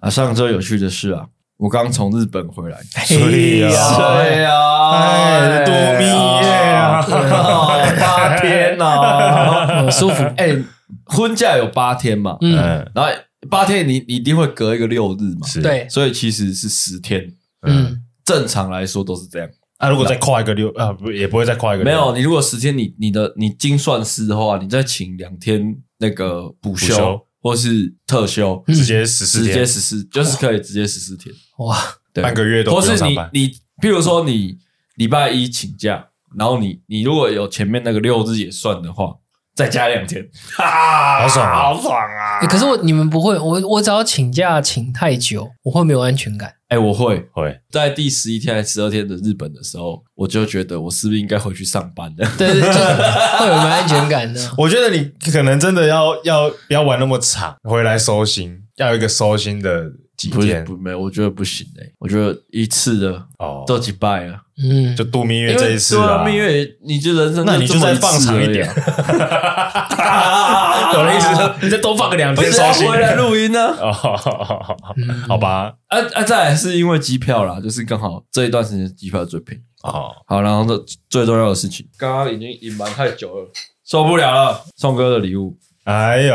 啊，上周有趣的事啊，我刚从日本回 来。嘿哎哎呀对呀，哎多蜜耶啊对啊八天呐， 很舒服。哎，婚假有八天嘛，嗯，嗯，然后八天你你一定会隔一个六日嘛，是，对，所以其实是十天，嗯，嗯，正常来说都是这样。啊，如果再跨一个六啊，不也不会再跨一个没六有，你如果十天你你的你精算师的话，你再请两天那个补补休休或是特休，嗯直接十四直天，接十四就是可以直接十四天，哇，对，半个月都或不用是上你班，你，譬如说你礼拜一请假，然后你你如果有前面那个六日也算的话，再加两天， 哈，好爽啊好爽啊！欸可是我你们不会，我我只要请假请太久，我会没有安 全感。哎、我会会在第十一天还是十二天的日本的时候，我就觉得我是不是应该回去上班了？ 对，就是会有没有安全感的。我觉得你可能真的要要不要玩那么长，回来收心，要有一个收心的几不是天不没有，我觉得不行哎、我觉得一次的哦，都几拜了。嗯就，度蜜因为月这一次对啊，啊，蜜月，你就人生那你就这就么再一次放长一点 而已啊。我的意思是，你再多放个两不天是收要心回 来录音呢？哦，好好好好好嗯好吧，啊啊，再来是因为机票啦，就是刚好这一段时间机票最便宜。哦，好，然后这最重要的事情，刚刚已经隐瞒太久了，受不了了。宋哥的礼物，哎呦，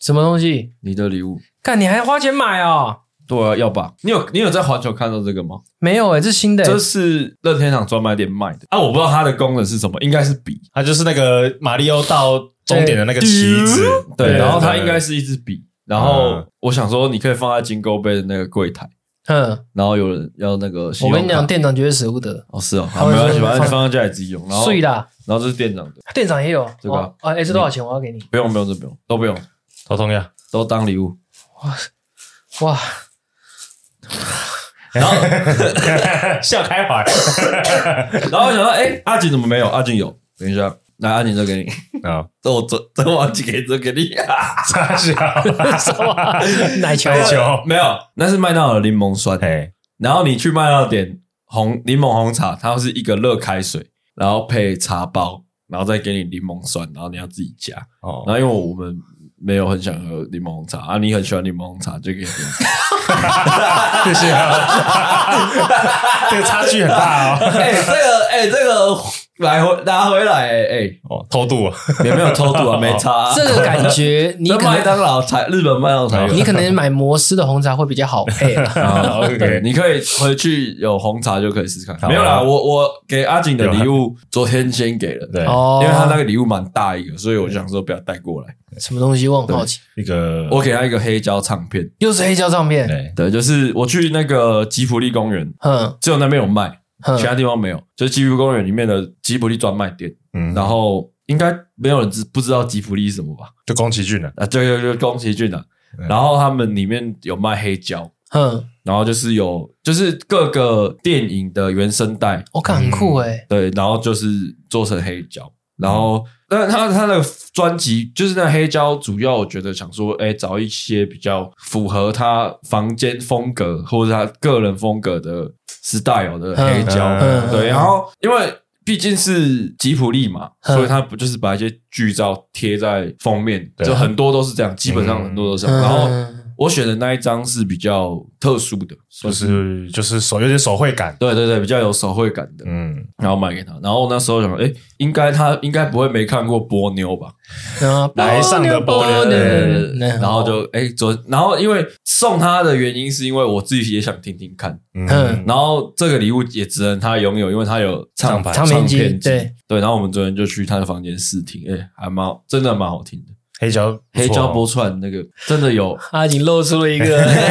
什么东西？你的礼物，干，你还花钱买哦？对啊，要吧？你有你有在环球看到这个吗？没有哎，这新的欸这是任天堂专卖店卖的啊，我不知道它的功能是什么，应该是笔，它就是那个马里奥到终点的那个旗子，对，然后它对应该是一支笔，然后嗯我想说你可以放在金钩杯的那个柜台，嗯，然后有人要那个信用我卡，跟你讲，店长绝对舍不得，哦是哦，他好会没关系，说反正放你放在家里自己用，然后碎啦，然后这是店长的，店长也有对吧哦啊，哎，这多少钱？我要给你。不用不用这不用都不用，头痛呀，都当礼物， 哇，然后。 笑开怀，然后我想说，哎、阿锦怎么没有？阿锦有，等一下，来，阿锦这给你，啊，这我这这我阿锦给这给你、 傻笑，什么奶球？哎开球，没有，那是麦当劳的柠檬酸。哎，然后你去麦当劳点红柠檬红茶，它是一个热开水，然后配茶包，然后再给你柠檬酸，然后你要自己加。哦 然后因为我们没有很想喝柠檬红茶啊，你很喜欢柠檬红茶，就给你。 谢谢啊，这个差距很大哦，哎、这个哎、这个来回拿回来，哎、哦，偷渡啊，也没有偷渡啊，没差、啊。这个感觉你那可 麦能当劳才日本麦当劳才有，你可能买摩斯的红茶会比较好 配啊。啊 OK 对你可以回去有红茶就可以试试看。好没有啦，我我给阿锦的礼物昨天先给了，对，哦，因为他那个礼物蛮大一个，所以我就想说不要带过来。什么东西我很好奇，那个我给他一个黑胶唱片，又是黑胶唱片，对，对，就是我去那个吉普力公园，哼只有那边有卖，哼其，他地方没有，就是吉普公园里面的吉普力专卖店。嗯，然后应该没有人知不知道吉普力是什么吧？就宫崎骏了，啊，对对对，宫崎骏啊。嗯然后他们里面有卖黑胶，哼，然后就是有就是各个电影的原声带。我看很酷哎，对，然后就是做成黑胶，然后但是他他那个专辑就是那黑胶，主要我觉得想说，哎，找一些比较符合他房间风格或者他个人风格的 style 的黑胶，嗯嗯对，然后因为。毕竟是吉普力嘛，嗯所以他不就是把一些剧照贴在封面，对就很多都是这样，基本上很多都是这样。嗯然后我选的那一张是比较特殊的，就算是是就是手有点手绘感，对对对，比较有手绘感的。嗯，然后卖给他。然后那时候想，哎，应该他应该不会没看过波妞吧？嗯，来上的波妞对对然后就哎昨，然后因为送他的原因是因为我自己也想听听看，嗯然后这个礼物也只能他拥有，因为他有唱唱唱片片机对对对。然后我们昨天就去他的房间试听，哎，还蛮好真的蛮好听的，黑胶不错哦黑胶波串那个真的 有。阿锦露出了一个，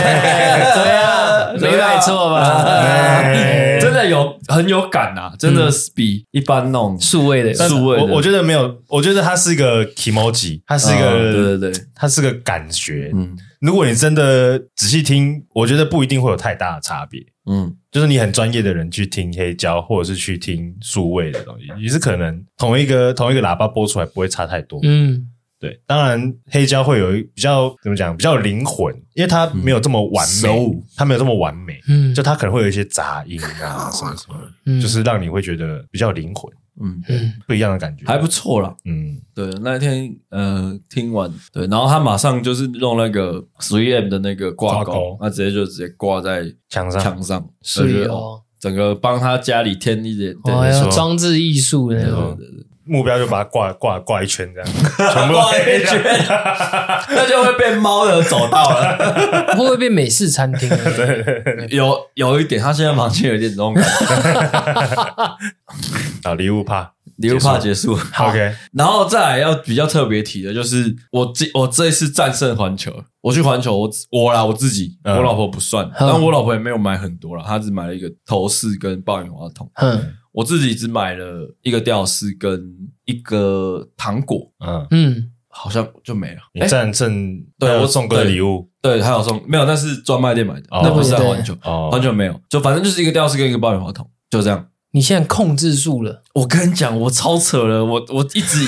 哎怎么样？没买错啊吧？哎真的有很有感啊，真嗯的是比一般那种数位的但是数位的我我觉得没有，我觉得它是一个 emoji，它是一嗯个，对对对，它是个感觉。嗯如果你真的仔细听，我觉得不一定会有太大的差别。嗯，就是你很专业的人去听黑胶，或者是去听数位的东西，也是可能同一个同一个喇叭播出来不会差太多。嗯，对，当然黑胶会有一比较怎么讲，比较有灵魂，因为它没有这么完美，熟它没有这么完美，嗯就它可能会有一些杂音啊什么什么的，嗯就是让你会觉得比较有灵魂，嗯，嗯不一样的感觉，还不错啦。嗯，对，那天呃听完，对，然后他马上就是弄那个 3M 的那个挂挂钩钩，他直接就直接挂在墙上墙上，是我觉得哦，整个帮他家里添一点，对，哦，没要错装置艺术的那种，目标就把它挂挂挂一圈 这样，全部都挂 一圈那就会被猫的走到了。会不会变美式餐厅？啊对，有有一点，他现在房间有点这种感 觉，啊，礼物怕你又怕结束。 ，OK，然后再来要比较特别提的就是，我这我这一次战胜环球，我去环球，我自我啦我自己，嗯我老婆不算，嗯但我老婆也没有买很多啦，她只买了一个头饰跟爆米花桶，嗯我自己只买了一个吊饰跟一个糖果，嗯，嗯，好像就没了。你战胜哎对还有我送过的礼物对，还有送没有？那是专卖店买的，哦那不是在环球，哦环球没有，就反正就是一个吊饰跟一个爆米花桶，就这样。你现在控制住了，我跟你讲，我超扯了，我我一直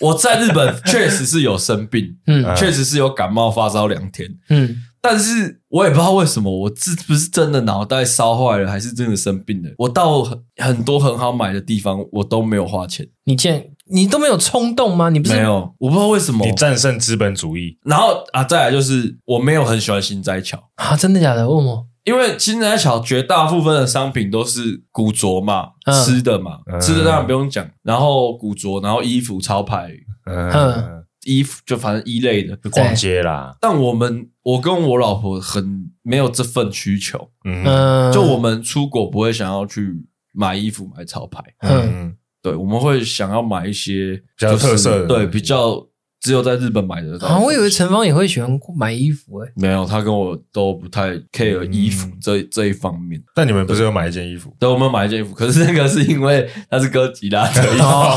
我在日本 确实是有生病，嗯确实是有感冒发烧两天，嗯但是我也不知道为什么，我是不是真的脑袋烧坏了，还是真的生病了？我到很很多很好买的地方，我都没有花钱，你现在你都没有冲动吗？你不是没有，我不知道为什么你。战胜资本主义，然后啊，再来就是我没有很喜欢新斋桥，啊？真的假的？为什么？因为新斋桥绝大部分的商品都是古着嘛，嗯吃的嘛，嗯吃的当然不用讲，然后古着，然后衣服潮牌，嗯，衣服就反正一类的。就逛街啦，但我们我跟我老婆很没有这份需求，嗯嗯，就我们出国不会想要去买衣服买潮牌，嗯嗯，对，我们会想要买一些比较有特色的对，比较只有在日本买得到的东啊，西。我以为陈芳也会喜欢买衣服欸诶。没有，他跟我都不太 care 衣服嗯这、这一方面。但你们不是有买一件衣服？对，我们有买一件衣服，可是那个是因为它是哥吉拉的衣 服，哦哦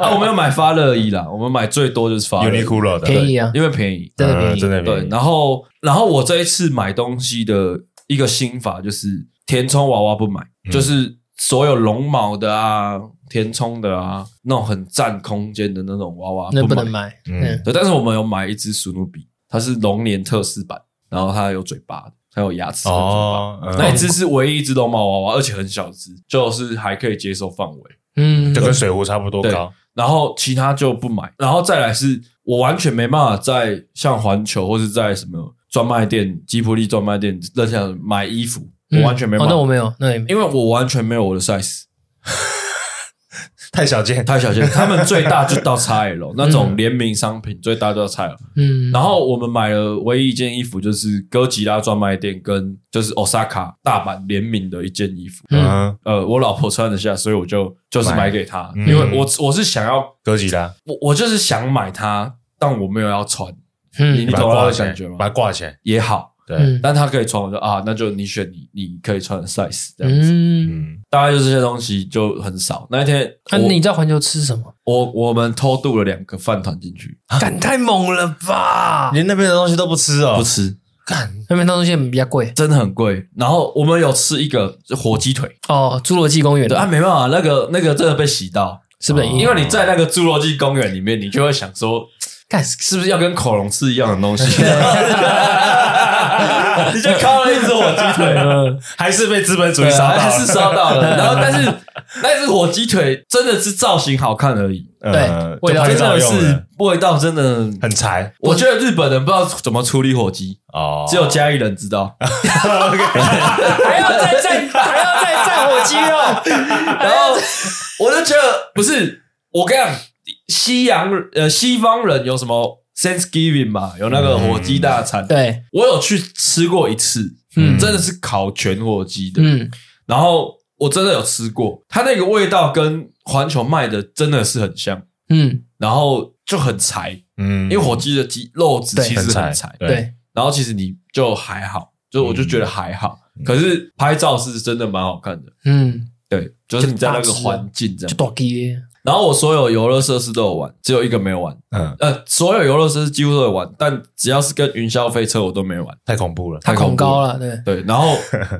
啊，我们有买发热衣啦，我们买最多就是发热衣 Uniqlo 的，便宜啊因为便宜。真的便嗯宜真的便对，宜，然后然后我这一次买东西的一个心法就是填充娃娃不买，嗯就是所有绒毛的啊、填充的啊，那种很占空间的那种娃娃那不买能。买。嗯嗯对，但是我们有买一只史努比，它是龙年特仕版，然后它有嘴巴的，它有牙齿跟嘴巴。哦，那一嗯只是唯一一只绒毛娃娃，而且很小只，就是还可以接受范围。嗯就，跟水壶差不多高，然后其他就不买，然后再来是我完全没办法在像环球或是在什么专卖店、吉普力专卖店那像买衣服，我嗯完全没哦办，法，那我没有，那也没有。因为我完全没有我的 size，太小件，太小 件，他们最大就到 XL 那种联名商品最大就到 XL，嗯，然后我们买了唯一一件衣服就是哥吉拉专卖店跟就是 Osaka 大阪联名的一件衣服，嗯嗯，呃，我老婆穿得下，所以我就就是买买给她，嗯因为我我是想要哥吉拉，我我就是想买它，但我没有要穿，你嗯你呃把它懂那挂个起来感觉吗把它挂起来，也好，对，但它可以穿，我就啊，那就你选你你可以穿的 size 这样子。嗯，嗯，大概就这些东西就很少。那一天那你在环球吃什么？我我我们偷渡了两个饭团进去，干太猛了吧！连那边的东西都不吃哦不，吃，那边当中现在比较贵真的很贵。然后我们有吃一个就火鸡腿，哦，侏罗纪公园对啊，没办法，那个那个真的被洗到，是不是？哦因为你在那个侏罗纪公园里面，你就会想说，干是不是要跟恐龙吃一样的东 西？ 你就靠了一只火鸡腿。嗯还是被资本主义对烧啊，到还是了，烧到 了。然后，但是那只火鸡腿真的是造型好看而已，呃对味就道拍真照的用是的，味道真的。很柴我觉得日本人不知道怎么处理火鸡，哦，只有嘉义人知 道。还要再蘸，还要再蘸火鸡肉，然后我就觉得不是，我跟你讲，西洋呃西方人有什么 Thanksgiving 嘛，有那个火鸡大嗯餐。对，我有去吃过一次，嗯真的是烤全火鸡的，嗯，然后我真的有吃过，它那个味道跟环球卖的真的是很像，嗯，然后就很柴，嗯因为火鸡的鸡肉质对其实很很柴柴，对，然后其实你就还好，就我就觉得还好，可是拍照是真的蛮好看的，嗯，对，就是你在那就个大只啊环境这就样。大鸡，然后我所有游乐设施都有玩，只有一个没有玩，嗯，呃，所有游乐设施几乎都有玩，但只要是跟云霄飞车我都没玩，太恐怖了，它太恐恐怖高了。了，对，对，然后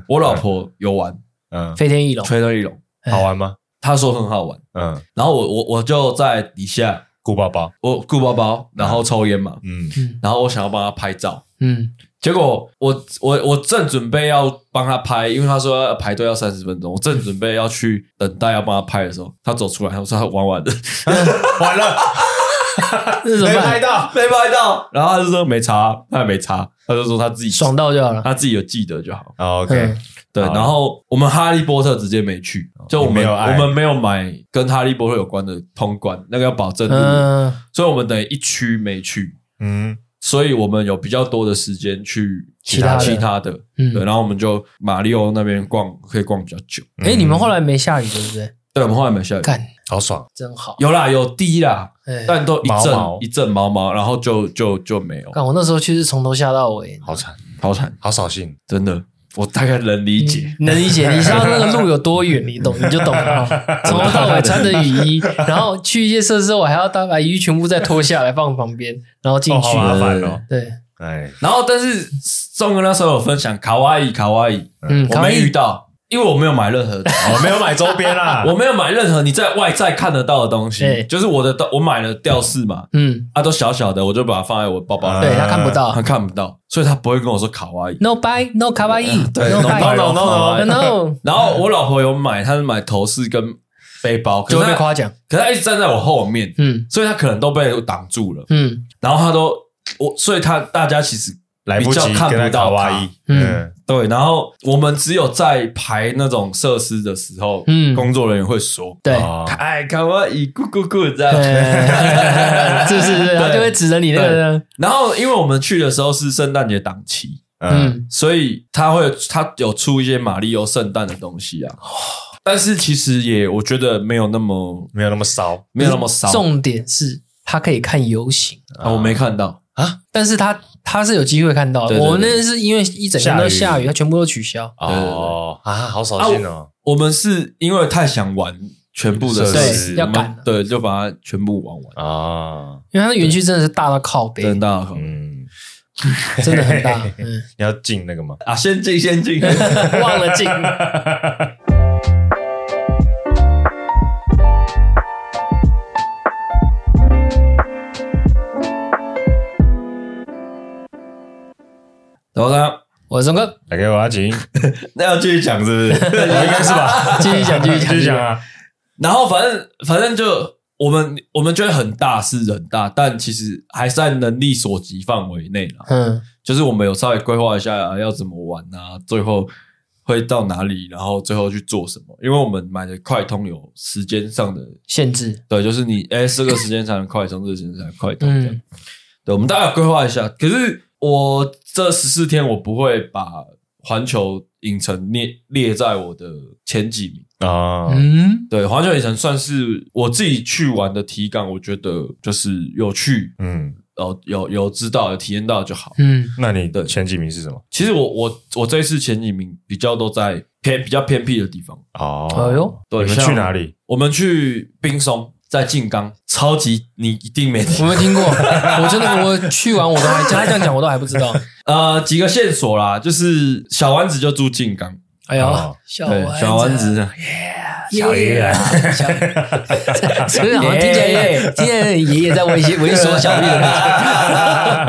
我老婆有玩 嗯，飞天翼龙，吹了一龙，好玩吗？她说很好玩。嗯，然后我我我就在底下顾包包，我顾包包，然后抽烟嘛，嗯，然后我想要帮他拍照，嗯，结果我我我正准备要帮他拍，因为他说要排队要三十分钟，我正准备要去等待要帮他拍的时候，他走出来，他说他玩玩的完了，那 怎没么拍办？到，没拍到，然后他就说没差，他也没差，他就说他自己爽到就好了。他自己有记得就好。哦嗯 OK，对，好然后我们哈利波特直接没去，就我你没们有我爱们没有买跟哈利波特有关的通关，那个要保证路，嗯，所以我们等于一区没去，嗯，所以我们有比较多的时间去其他的其他的，嗯对，然后我们就马里奥那边逛可以逛比较久。哎，你们后来没下雨对不对？对，我们后来没下雨，干，好爽，真好。有啦有滴啦，哎，但都一毛阵毛一阵毛毛，然后就就就没有，干我那时候去是从头下到尾，哦好惨，好惨，好扫兴，真的，我大概能理解。嗯能 理解，你知道那个路有多远，你懂你就懂了。从头到尾穿着雨 衣，然后去一些设施，我还要搭把雨衣全部再脱下来放旁边，然后进哦，去。好麻烦哦，对，哎，然后，但是宋哥那时候有分享卡哇伊卡哇伊，嗯，我卡哇没伊遇到，因为我没有买 任何的我没有买周边啊啦，我没有买任何你在外在看得到的东西，对就是我的我买了吊饰嘛，嗯，啊，都小小的，我就把它放在我包呃包里，对他看不他到看不到，所以他不会跟我说卡哇伊。 ，no buy no 卡 哇伊对，no buy no, no, no, no no，然后我老婆有买，她是买头饰跟背包，可就是会被她夸奖。可是她一直站在我后面，嗯所以她可能都被我挡住了。嗯然后她都我，所以她大家其实来不及比较看不跟他到卡哇他伊，嗯嗯，对。然后我们只有在排那种设施的时候，嗯工作人员会说，对，哦哎，卡哇伊，咕咕咕这样。哎 是是是，对他就会指着你那个，然后，因为我们去的时候是圣诞节档期，嗯，嗯所以他会他有出一些马里奥圣诞的东西哦啊。但是其实也我觉得没有那么没有那么骚没有那么少，重点是他可以看游行，啊我没看到。但是他他是有机会看到的。对对对我那是因为一整天都下下雨雨，他全部都取消。对对哦啊，好扫兴哦，我们是因为太想玩全部的设设施施，对要我们赶了对，就把它全部玩完。啊，因为它的园区真的是大到靠背，真的嗯，真的很大。嗯，你要进那个吗？啊，先进先进。 忘了进。然后呢，我是钟哥，来给我阿 锦，那要继续讲是不是？应该是吧？继续讲，继续讲，继续讲。啊，然后反正反正就我们我们觉得很大是很大，但其实还是在能力所及范围内啦。嗯，就是我们有稍微规划一下、啊、要怎么玩啊，最后会到哪里，然后最后去做什么。因为我们买的快通有时间上的，限制。对，就是你哎、这个时间才能快通，这个时间才能快通这样。嗯对，我们大概有规划一下。可是我这十四天我不会把环球影城列列在我的前几名。啊，嗯对，环球影城算是我自己去玩的体感，我觉得就是有趣，嗯，呃，有有知道有体验到就好。嗯那你对的前几名是什么？其实我我我这一次前几名比较都在偏比较偏僻的地方。哦，哎呦，对，你们像去哪里？我们去冰松，在静冈，超级你一定没我没听过， 我真的我去完我都还他这样讲我都还不知道。呃几个线索啦，就是小丸子就住静冈，哎呦哦，小对，丸小丸子小爷爷，小， 所以好像听起来哎听起来爷爷在猥 亵猥琐小玉的感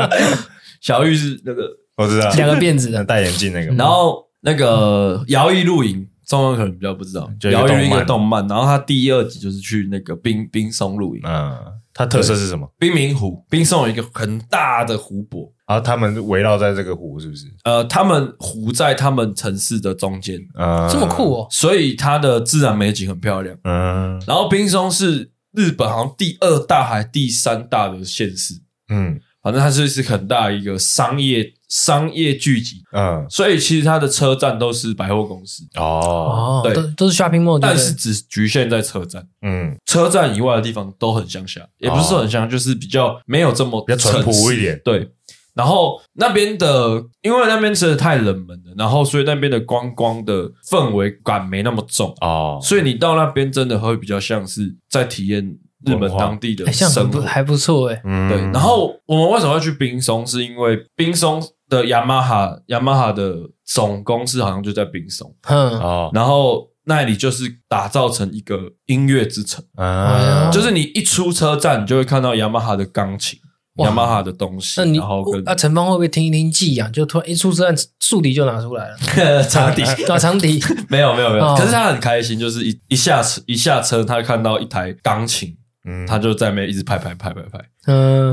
小玉是那个，我知道觉，，两个辫子的，戴眼镜那个吗，然后那个摇曳露营，中文可能比较不知道，就一个摇动曳露漫营一个动漫，然后他第二集就是去那个冰冰松露营，嗯，它特色是什么？冰明湖，冰松有一个很大的湖泊，然后啊他们围绕在这个湖，是不是？呃，他们湖在他们城市的中间，啊，这么酷哦。所以它的自然美景很漂亮。嗯然后冰松是日本好像第二大还第三大的县市，嗯反正它是是很大一个商业商业聚集，嗯，所以其实它的车站都是百货公司，哦，哦，对都都是 shopping mall，对但不对是只局限在车站，嗯，车站以外的地方都很乡下，也不是说很乡，就是比较没有这么比较淳城朴市一点，对，然后那边的，因为那边真的太冷门了，然后所以那边的观光的氛围感没那么重，啊哦，所以你到那边真的会比较像是在体验日本文化当地的哎像很生不活。还不错哎，嗯对，然后我们为什么要去冰松？是因为冰松的雅马哈，雅马哈的总公司好像就在冰松，嗯哦，然后那里就是打造成一个音乐之城，嗯啊，哎就是你一出车站，你就会看到雅马哈的钢琴、哇雅马哈的东西，那你哦然后跟那陈芳会不会听一听寄养，就突然一出车站，竖笛就拿出来了， 茶 底拿长笛，没有没有没有啊哦，可是他很开心，就是一一下车一下车，他看到一台钢琴，嗯他就在那边一直拍拍拍拍拍，嗯，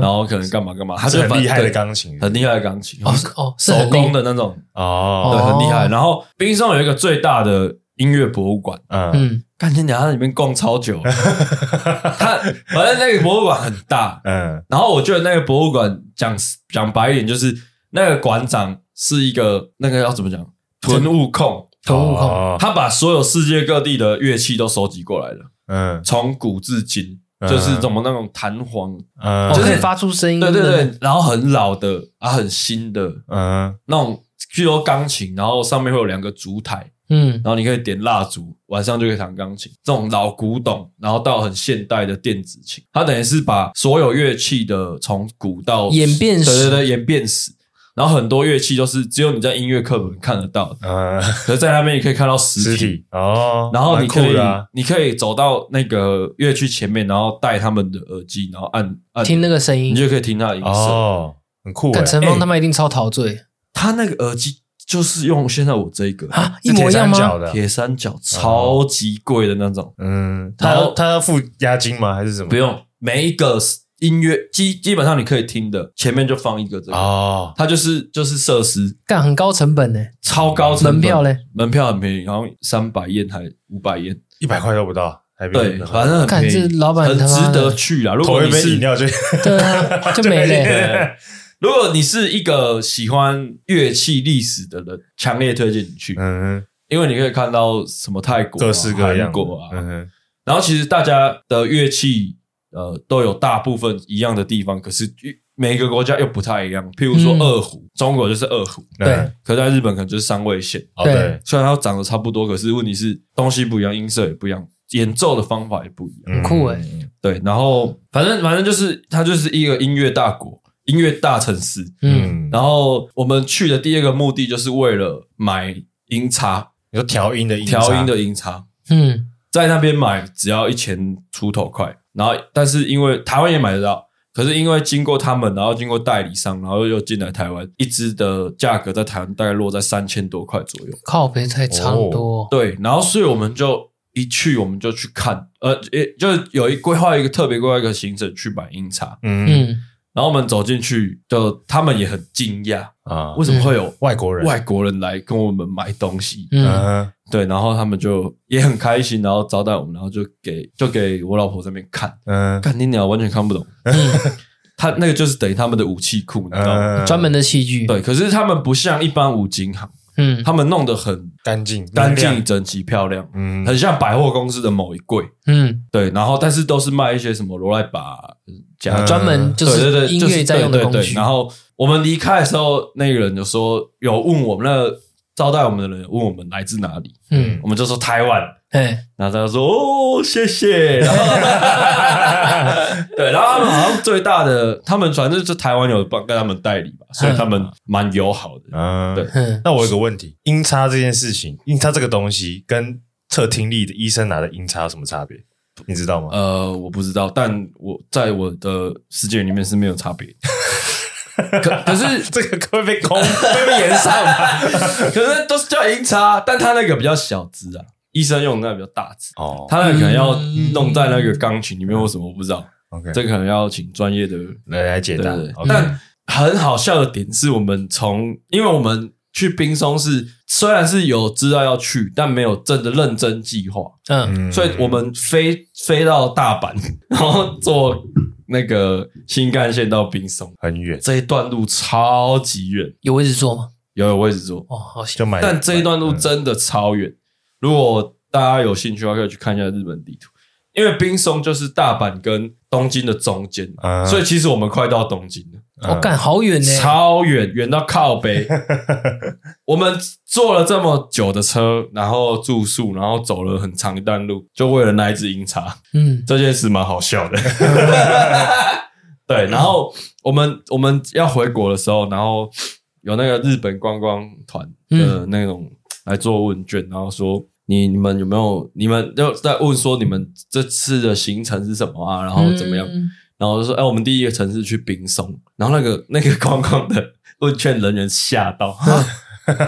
然后可能干嘛干嘛，他他就是很反厉害的对钢琴很厉害的钢琴，哦是哦是手很厉工的那种，对，哦，很厉害。哦然后冰松有一个最大的音乐博物馆，嗯嗯看见讲他里面逛超久，他反正那个博物馆很大， 嗯然后我觉得那个博物馆讲讲白一点，就是那个馆长是一个那个要怎么讲囤物控，囤物控哦他把所有世界各地的乐器都收集过来了，嗯从古至今。嗯就是怎么那种弹簧，嗯，哦就是可以发出声音，对对对，然后很老的啊，很新的嗯那种，譬如说钢琴，然后上面会有两个烛台，嗯，然后你可以点蜡烛，晚上就可以弹钢琴。这种老古董，然后到很现代的电子琴，它等于是把所有乐器的从古到演变史对对对，演变史。然后很多乐器都是只有你在音乐课本看得到的，嗯，可是在那边你可以看到实实体。体哦，然后你蛮可酷以、的啊，你可以走到那个乐器前面，然后戴他们的耳机，然后按按，听那个声啊你音，就可以听他的音色。哦，很酷欸看陈芳哎他们一定超陶醉他那个耳机就是用现在我这个啊，一是铁模一三样角吗？的，铁三啊角，超级贵的那种。嗯，他然后要他要付押金吗？还是什么？不用，每一个音乐基基本上你可以听的，前面就放一个这个，哦，它就是就是设施干很高成本呢，超高成本门票，嘞，门票很便宜，好像三百燕还五百燕，一百块都不到，台币对，反正很看便这宜，老板很他妈值的得去啊！如投果一你杯饮是料就对啊，就没嘞。 对如果你是一个喜欢乐器历史的人，强烈推荐你去， 嗯，因为你可以看到什么泰国、啊、各式各韩样国啊，嗯然后其实大家的乐器呃都有大部分一样的地方，可是呃每一个国家又不太一样。譬如说嗯二胡，中国就是二胡，哼，嗯，可在日本可能就是三味线。哦对对，虽然它长得差不多，可是问题是东西不一样，音色也不一样，演奏的方法也不一样。很酷欸对，然后反正反正就是它就是一个音乐大国，音乐大城市。嗯，嗯，然后我们去的第二个目的就是为了买音叉，你说调音的音，调音，的音叉。嗯，在那边买只要一千出头块，然后但是因为台湾也买得到，可是因为经过他们，然后经过代理商，然后又进来台湾，一支的价格在台湾大概落在三千多块左右。靠北才差不多。对，然后所以我们就一去我们就去看，呃，也就是有一规划一个特别规划一个行程去买英茶，嗯嗯，然后我们走进去，就他们也很惊讶，啊，为什么会有外国人，外国人来跟我们买东西？嗯嗯对，然后他们就也很开心，然后招待我们，然后就给就给我老婆这边看。嗯看你鸟完全看不 懂，他那个就是等于他们的武器库，你知道吗？嗯，哦专门的器具，对，可是他们不像一般五金行，嗯，他们弄得很干净干净、，整齐、漂亮，嗯很像百货公司的某一柜。嗯，对，然后但是都是卖一些什么罗莱把夹装，嗯专门呃就对对是对，音就是乐在用的工对对具对。然后我们离开的时候，那个人就说有问我们那个招待我们的人问我们来自哪里，嗯，我们就说台湾。哎，然后他就说：“哦，谢谢。”然后 对，然后他们好像最大的，他们反正就是台湾有帮跟他们代理吧，所以他们蛮友好的。嗯，对嗯，那我有个问题，音叉这件事情，音叉这个东西跟测听力的医生拿的音叉有什么差别？你知道吗？呃，我不知道，但我在我的世界里面是没有差别。可可是这个会被攻，会被延上 吧？可是都是叫音叉，但他那个比较小只啊，医生用的那个比较大只，哦他那个可能要嗯弄在那个钢琴里面或什么，我不知道， ，OK，这个可能要请专业的来来解答对对对。 OK 但很好笑的点是我们从，因为我们去冰松是虽然是有知道要去，但没有真的认真计划，嗯，嗯所以我们飞飞到大阪， 然后坐那个新干线到冰松，很远，这一段路超级远，有位置坐吗？有有位置坐，哦，好险就买。但这一段路嗯真的超远。如果大家有兴趣的话，可以去看一下日本地图，因为冰松就是大阪跟东京的中间嘛，啊所以其实我们快到东京了。我哦干好远呢，超远，远到靠北。我们坐了这么久的车，然后住宿，然后走了很长一段路，就为了那一支银茶，嗯这件事蛮好笑的。对，然后我们我们要回国的时候，然后有那个日本观光团的那种来做问卷，然后说你你们有没有？你们就在问说你们这次的行程是什么啊？然后怎么样？嗯然后就说，哎、我们第一个城市去冰松，然后那个 那个观光的问卷人员吓到， 哈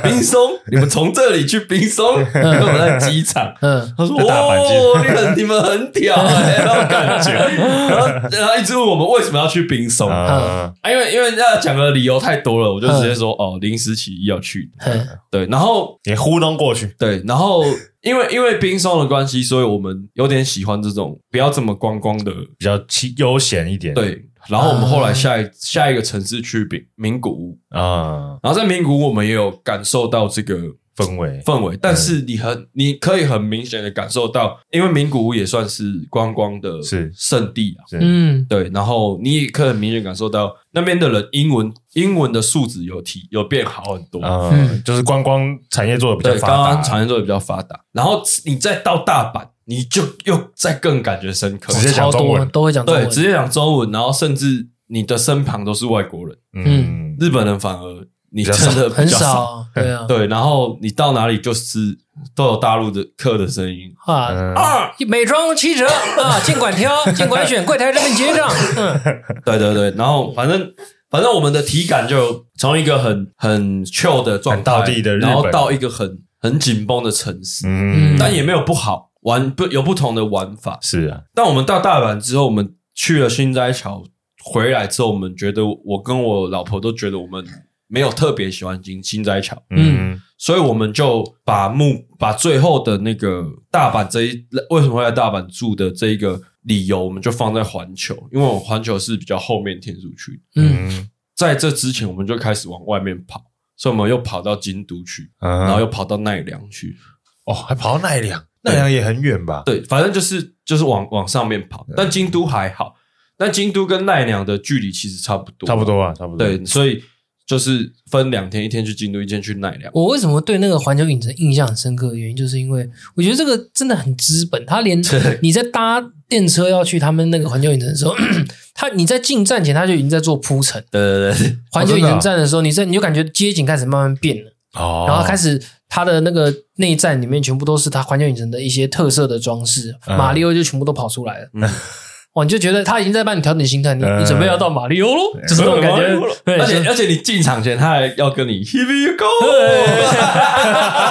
冰松，你们从这里去冰松，因为我们在机场。嗯，他说：“嗯大阪机哦，你很你们很屌哎、那种感觉。”然后然后他一直问我们为什么要去冰松，啊，嗯啊，因为因为那讲的理由太多了，我就直接说：“嗯哦，临时起意要去。嘿”对，然后你糊弄过去，对，然后因为因为冰松的关系，所以我们有点喜欢这种不要这么观光的。比较轻悠闲一点。对，然后我们后来下一、下一个城市去名名古屋，啊，然后在名古屋我们也有感受到这个氛围氛围，但是你很你可以很明显的感受到，因为名古屋也算是观光的是圣地啊。是嗯对，然后你也可以很明显感受到那边的人英文英文的素质有提有变好很多，啊嗯，就是观光产业做的比较对，发刚刚达，长线做的比较发达，然后你再到大阪，你就又再更感觉深刻直，接讲哦超中多文都会讲中对，文，直接讲中文，然后甚至你的身旁都是外国人，嗯，日本人反而你比较真少的比很较少，少，对啊，对，然后你到哪里就是都有大陆的客的声音，啊，嗯二美妆七折啊，尽管挑，尽管选，柜台这边结账，嗯对对对，然后反正反正我们的体感就从一个很很 chill 的状态，很道地的日本然后到一个很很紧绷的城市，嗯，但也没有不好玩，不有不同的玩法，是啊，但我们到大阪之后，我们去了新斋桥，回来之后，我们觉得我跟我老婆都觉得我们没有特别喜欢新新斋桥，嗯所以我们就把目把最后的那个大阪这一为什么会在大阪住的这一个理由，我们就放在环球，因为我环球是比较后面天数去的，嗯嗯在这之前我们就开始往外面跑，所以我们又跑到京都去，然后嗯，又跑到奈良去，哦，还跑到奈良，奈良也很远吧？对，反正就是就是往往上面嗯跑，但京都还好，但京都跟奈良的距离其实差不多，差不。多啊，差不多。对，所以就是分两天，一天去京都，一天去奈良。我为什么对那个环球影城印象很深刻的原因，就是因为我觉得这个真的很资本。他连你在搭电车要去他们那个环球影城的时候， 他你在进站前他就已经在做铺陈。对对 对，环球影哦真的啊城站的时候，你在你就感觉街景开始慢慢变了，哦，然后开始它的那个内站里面全部都是它环球影城的一些特色的装饰，嗯马里奥就全部都跑出来了。嗯哇，你就觉得他已经在帮你调整心态，你你准备要到马里奥喽， 就是这种感觉。对，而就且而且你进场前，他还要跟你 Here you go，一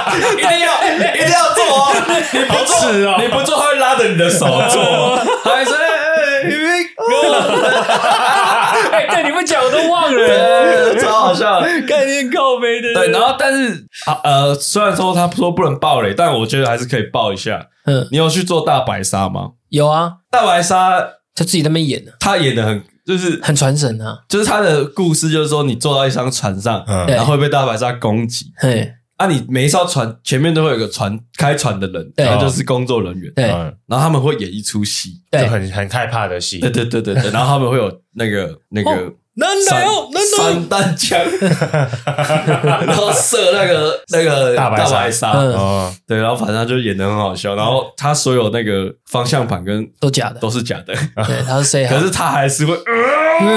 哎定要一定要做哦，你不耻哦啊做你不做，他会拉着你的手做哦，他还说哎哎 Here you go，哎，对你们讲我都忘了，对超好笑的。概念靠背 的。对，然后但是啊呃，虽然说他说不能爆雷，但我觉得还是可以爆一下。嗯，你有去做大白鲨吗？有啊，大白鲨就自己在那边演的，他演的很，就是很传神啊。就是他的故事，就是说你坐到一艘船上，嗯然后会被大白鲨攻击。嘿，啊，你每一艘船前面都会有个船开船的人，对他就是工作人员，对嗯，然后他们会演一出戏，就对，很很害怕的戏对，对对对对，然后他们会有那个那个哦难散散弹枪，然后射那个那个大白鲨白鲨，嗯哦，对，然后反正他就演的很好笑，然后他所有那个方向盘跟都假的，都是假的，对，他是谁？可 是他还是会，嗯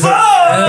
呃、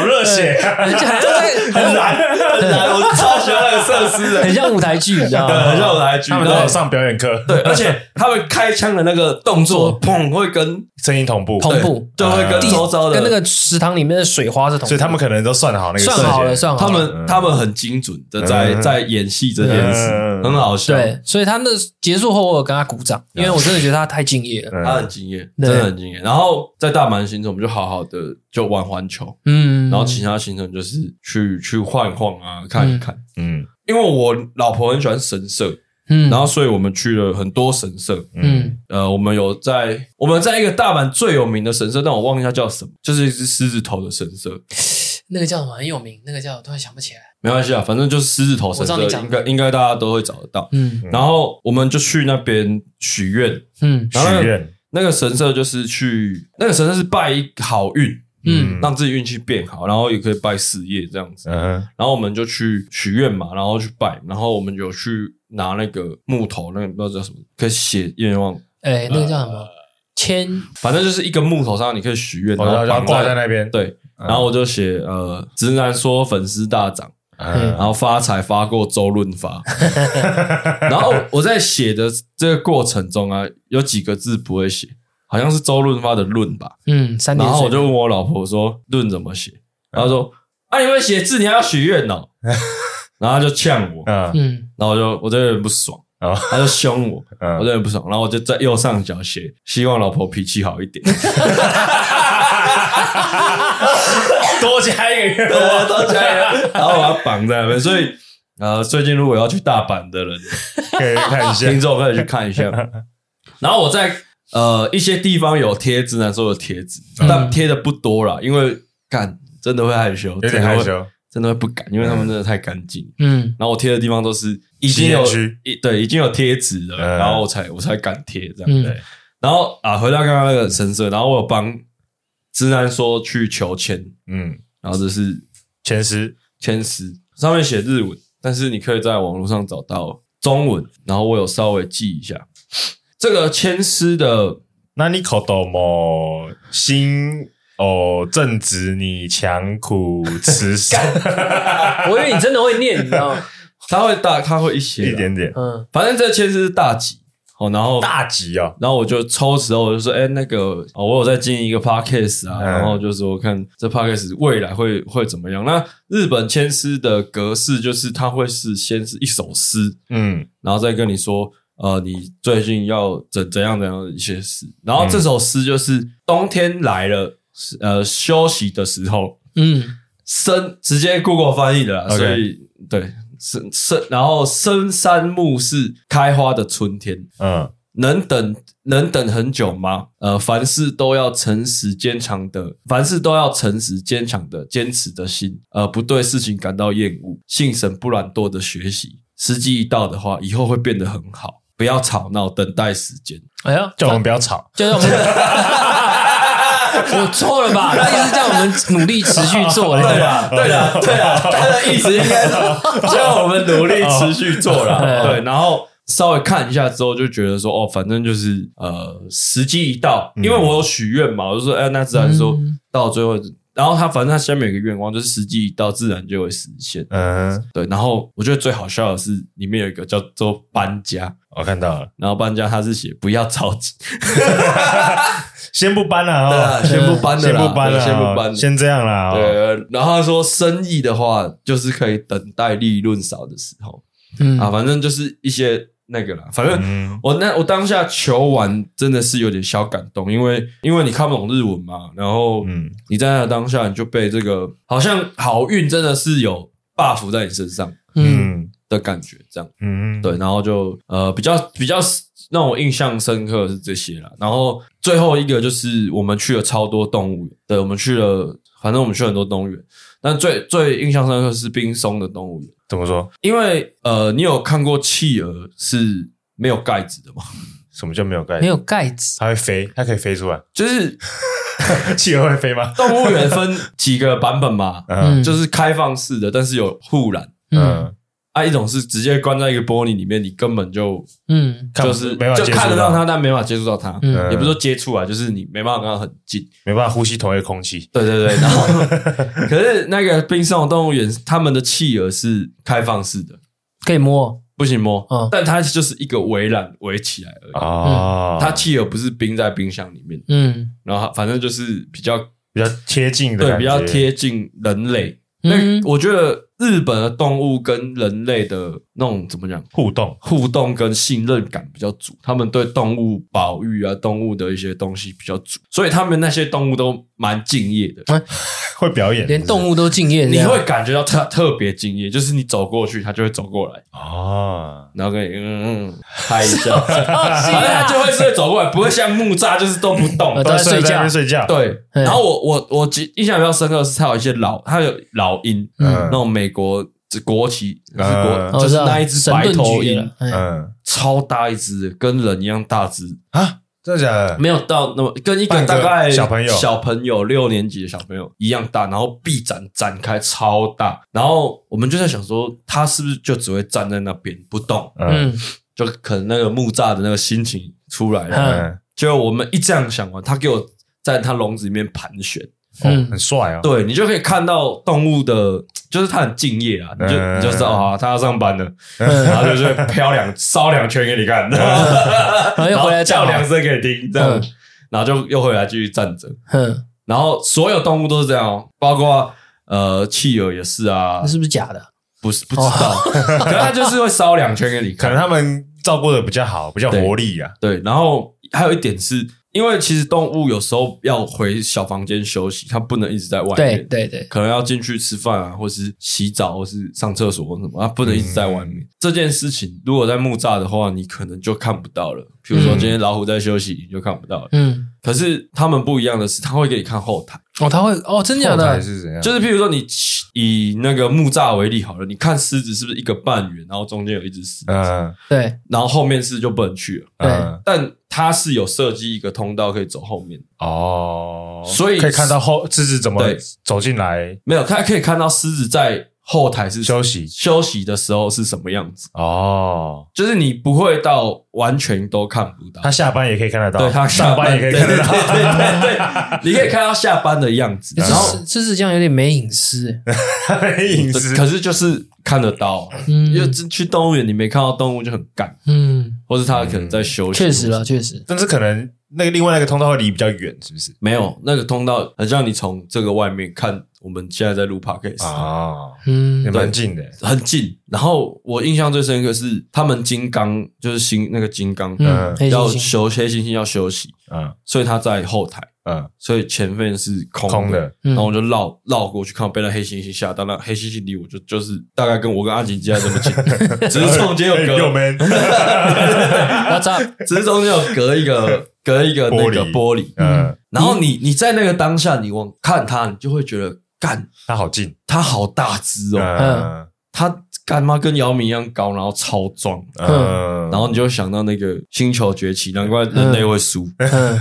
好热血，啊很像很难很难，我超喜欢那个设施的，很像舞台剧，你知道对吗？很像舞台剧，他们都然后有上表演课，对，而且他们开枪的那个动作，砰，会跟声音同步，同步，就会跟地周遭的跟那个池塘里面的水花是同步，所以他们可能都算好那个算瞬间好了，算好他了。们他们很精准的在嗯在演戏这件事，嗯很好笑，对，所以他那结束后，我有跟他鼓掌，因为我真的觉得他太敬业了。他很嗯敬业，对真的很敬业。然后在大阪的行程，我们就好好的就玩环球，嗯，然后其他行程就是去去晃一晃啊，看一看。嗯因为我老婆很喜欢神社，嗯，然后所以我们去了很多神社。嗯嗯呃，我们有在我们在一个大阪最有名的神社，但我忘记它叫什么，就是一只狮子头的神社。那个叫什么很有名，那个叫我突然想不起来。没关系啊，反正就是狮子头神我知道你社，讲应该应该大家都会找得到。嗯然后我们就去那边许愿，嗯然后许愿，那个神社就是去那个神社是拜好运，嗯让自己运气变好，然后也可以拜事业这样子。嗯然后我们就去许愿嘛，然后去拜，然后我们有去拿那个木头，那个不知道叫什么，可以写愿望，哎，那个叫什么？呃千反正就是一个木头上你可以许愿，我然后哦要要绑挂在在那边，嗯对，然后我就写呃，直男说粉丝大涨，嗯然后发财发过周润 发，然后我在写的这个过程中啊，有几个字不会写，好像是周润发的“润”吧，嗯，三点然后我水就问我老婆说“论怎么写”，然后她说：“啊，你会写字，你还要许愿 哦。”然后她就呛我，嗯嗯，然后我就我就有点不爽，哦她就凶我，我就 嗯，有点不爽，然后我就在右上角写“希望老婆脾气好一 点多加一个”，愿我都加油，然后把它绑在那边。所以呃，最近如果要去大阪的 人，可以看一下听众可以去看一 下。然后我在呃一些地方有贴纸，那时候有贴纸，嗯但贴的不多啦，因为干真的会害羞，有点真的害会，羞，真的会不敢，因为他们真的太干净。嗯，然后我贴的地方都是已经有吸烟区一对已经有贴纸了，嗯然后我才我才敢贴这样。嗯对，然后啊，回到刚刚那个神社，然后我有帮直男说去求签，嗯，然后这是前十签诗，上面写日文，但是你可以在网络上找到中文，然后我有稍微记一下这个签诗的，那你考到么心哦，正直你强苦慈善我以为你真的会念，你知道吗？他会大他会一写一啦，点点嗯，反正这签诗是大几哦，然后大吉哦，然后我就抽时候我就说，哎、那个、哦我有在经营一个 podcast 啊，嗯然后就说看这 podcast 未来会会怎么样。那日本签诗的格式就是它会是先是一首诗，嗯然后再跟你说，呃，你最近要怎怎样怎样的一些事。然后这首诗就是冬天来了，呃，休息的时候，嗯，深直接 Google 翻译的啦 OK 所以对深深，然后深山木是开花的春天。嗯能等能等很久吗？呃，凡事都要诚实坚强的，凡事都要诚实坚强的坚持的心，呃，不对事情感到厌恶，信神不懒惰的学习，时机一到的话，以后会变得很好。不要吵闹，等待时间。哎呀，叫我们不要吵，就是 我们，我错了吧？那意思叫我们努力持续做嘞，啦， 对啊啦，对啦，他的意思应 该是叫我们努力持续做啦。 哦对，然后稍微看一下之后，就觉得说，哦，反正就是呃，时机一到，因为我有许愿嘛，我就说，哎、那自然说、嗯到最后，然后他反正他下面有一个愿望，就是时机一到，自然就会实现。嗯，对，然后我觉得最好笑的是里面有一个叫做搬家，我看到了，然后搬家他是写不要着急，先不搬了哦，先不搬的先啦，不搬了对哦，先不搬了。先这样啦，哦，对，然后他说生意的话，就是可以等待利润少的时候嗯啊，反正就是一些那个啦，反正嗯我那我当下求完真的是有点小感动，因为因为你看不懂日文嘛，然后嗯你在那当下你就被这个好像好运真的是有 buff 在你身上嗯嗯的感觉，这样嗯，对，然后就呃比较比较让我印象深刻的是这些啦，然后最后一个就是我们去了超多动物园，对，我们去了，反正我们去了很多动物园，但最最印象深刻是冰松的动物园，怎么说？因为呃你有看过企鹅是没有盖子的吗？什么叫没有盖？没，有盖子，它会飞，它可以飞出来， 就是企鹅会飞吗？，动物园分几个版本嘛嗯嗯就是开放式的，但是有护栏。嗯嗯，啊，一种是直接关在一个玻璃里面，你根本就嗯看就不是没办法就接触看得到到它，但没办法接触到它，嗯也不是说接触啊，就是你没办法跟它很近。没办法呼吸同一个空气，对对对，然后 可是那个冰上动物园，他们的企鹅是开放式的，可以摸，不行摸，嗯但它就是一个围栏围起来而已。哦，它企鹅不是冰在冰箱里面，嗯然后它反正就是比较比较贴近的，对比较，贴近人类，那嗯我觉得日本的动物跟人类的那种怎么讲互动， 互动跟信任感比较足，他们对动物保育啊、动物的一些东西比较足，所以他们那些动物都蛮敬业的。会表演，连动物都敬业这你样，会感觉到特特别敬业，就是你走过去，它就会走过来，哦，然后跟你嗯嗯嗯拍一 下， 哦是反正它啊就会是会走过来，不会像木栅就是都不动呃。都在睡在那觉边，睡觉，对，嗯然后我我我记印象比较深刻的是，它有一些老，它有老嗯鹰，那种美国国旗是嗯哦国，就是那一只神白盾头局鹰了，，哎嗯超大一只，跟人一样大只，啊，真的假的？没有到那么跟一个半个大概小朋友小朋友六年级的小朋友一样大，然后臂展展开超大，然后我们就在想说，它是不是就只会站在那边不动，嗯嗯就可能那个木栅的那个心情出来了。嗯嗯就我们一这样想完，它给我在它笼子里面盘旋，哦嗯，很帅啊。对你就可以看到动物的，就是它很敬业啊，你就嗯你就知道啊，它要上班了， 然嗯，后就是飘两烧两圈给你 看，然后又回来叫照两声给你听，这样嗯，然后就又回来继续站着。嗯，然后所有动物都是这样，哦，包括呃企鹅也是啊那，是不是假的？不是不知道，哦可是它就是会烧两圈给你可看能。他们照顾的比较好，比较活力啊。对，然后还有一点是因为其实动物有时候要回小房间休息，它不能一直在外对面，对对，可能要进去吃饭啊，或是洗澡，或是上厕所或什么，它啊不能一直在外嗯面。这件事情如果在木栅的话，你可能就看不到了。比如说嗯今天老虎在休息，你就看不到了。嗯，可是他们不一样的是，他会给你看后台，哦，他会哦，真假后台的？是怎样？就是譬如说你以那个木栅为例好了，你看狮子是不是一个半圆，然后中间有一只狮子，嗯对然后后面是就不能去了。对嗯但它是有设计一个通道可以走后面，哦，所以可以看到后狮子怎么对走进来没有，它可以看到狮子在后台是休息休息的时候是什么样子，哦。就是你不会到完全都看不到他。下班也可以看得到，对他上班也可以看对得对对到。对对对，你可以看到下班的样 子，这然后是这是这样有点没 隐私欸，没隐私，可是就是看得到，嗯因为去动物园你没看到动物就很干，嗯，或是它可能在休息，确实啊了，确实，但是可能那个另外那个通道会离比较远，是不是？没有那个通道，很像你从这个外面看，我们现在在录 podcast，、哦，嗯也，蛮近的。很近。然后我印象最深刻是他们金刚，就是新那个金刚，嗯，黑要猩猩，休黑猩猩要休息，嗯所以他在后台，嗯，所以前面是空空的。然后我就绕绕过去看，我被那黑猩猩吓到，那黑猩猩离我就就是大概跟我跟阿锦之间这么 近，只是中间有哎有隔， 门， What's up？只是中间有隔一 个隔一个那个玻璃玻璃。嗯，然后你你在那个当下，你往看他，你就会觉得干他好近，他好大只哦，嗯他干妈跟姚明一样高，然后超壮，嗯，然后你就会想到那个《星球崛起》，难怪人类会 输，嗯，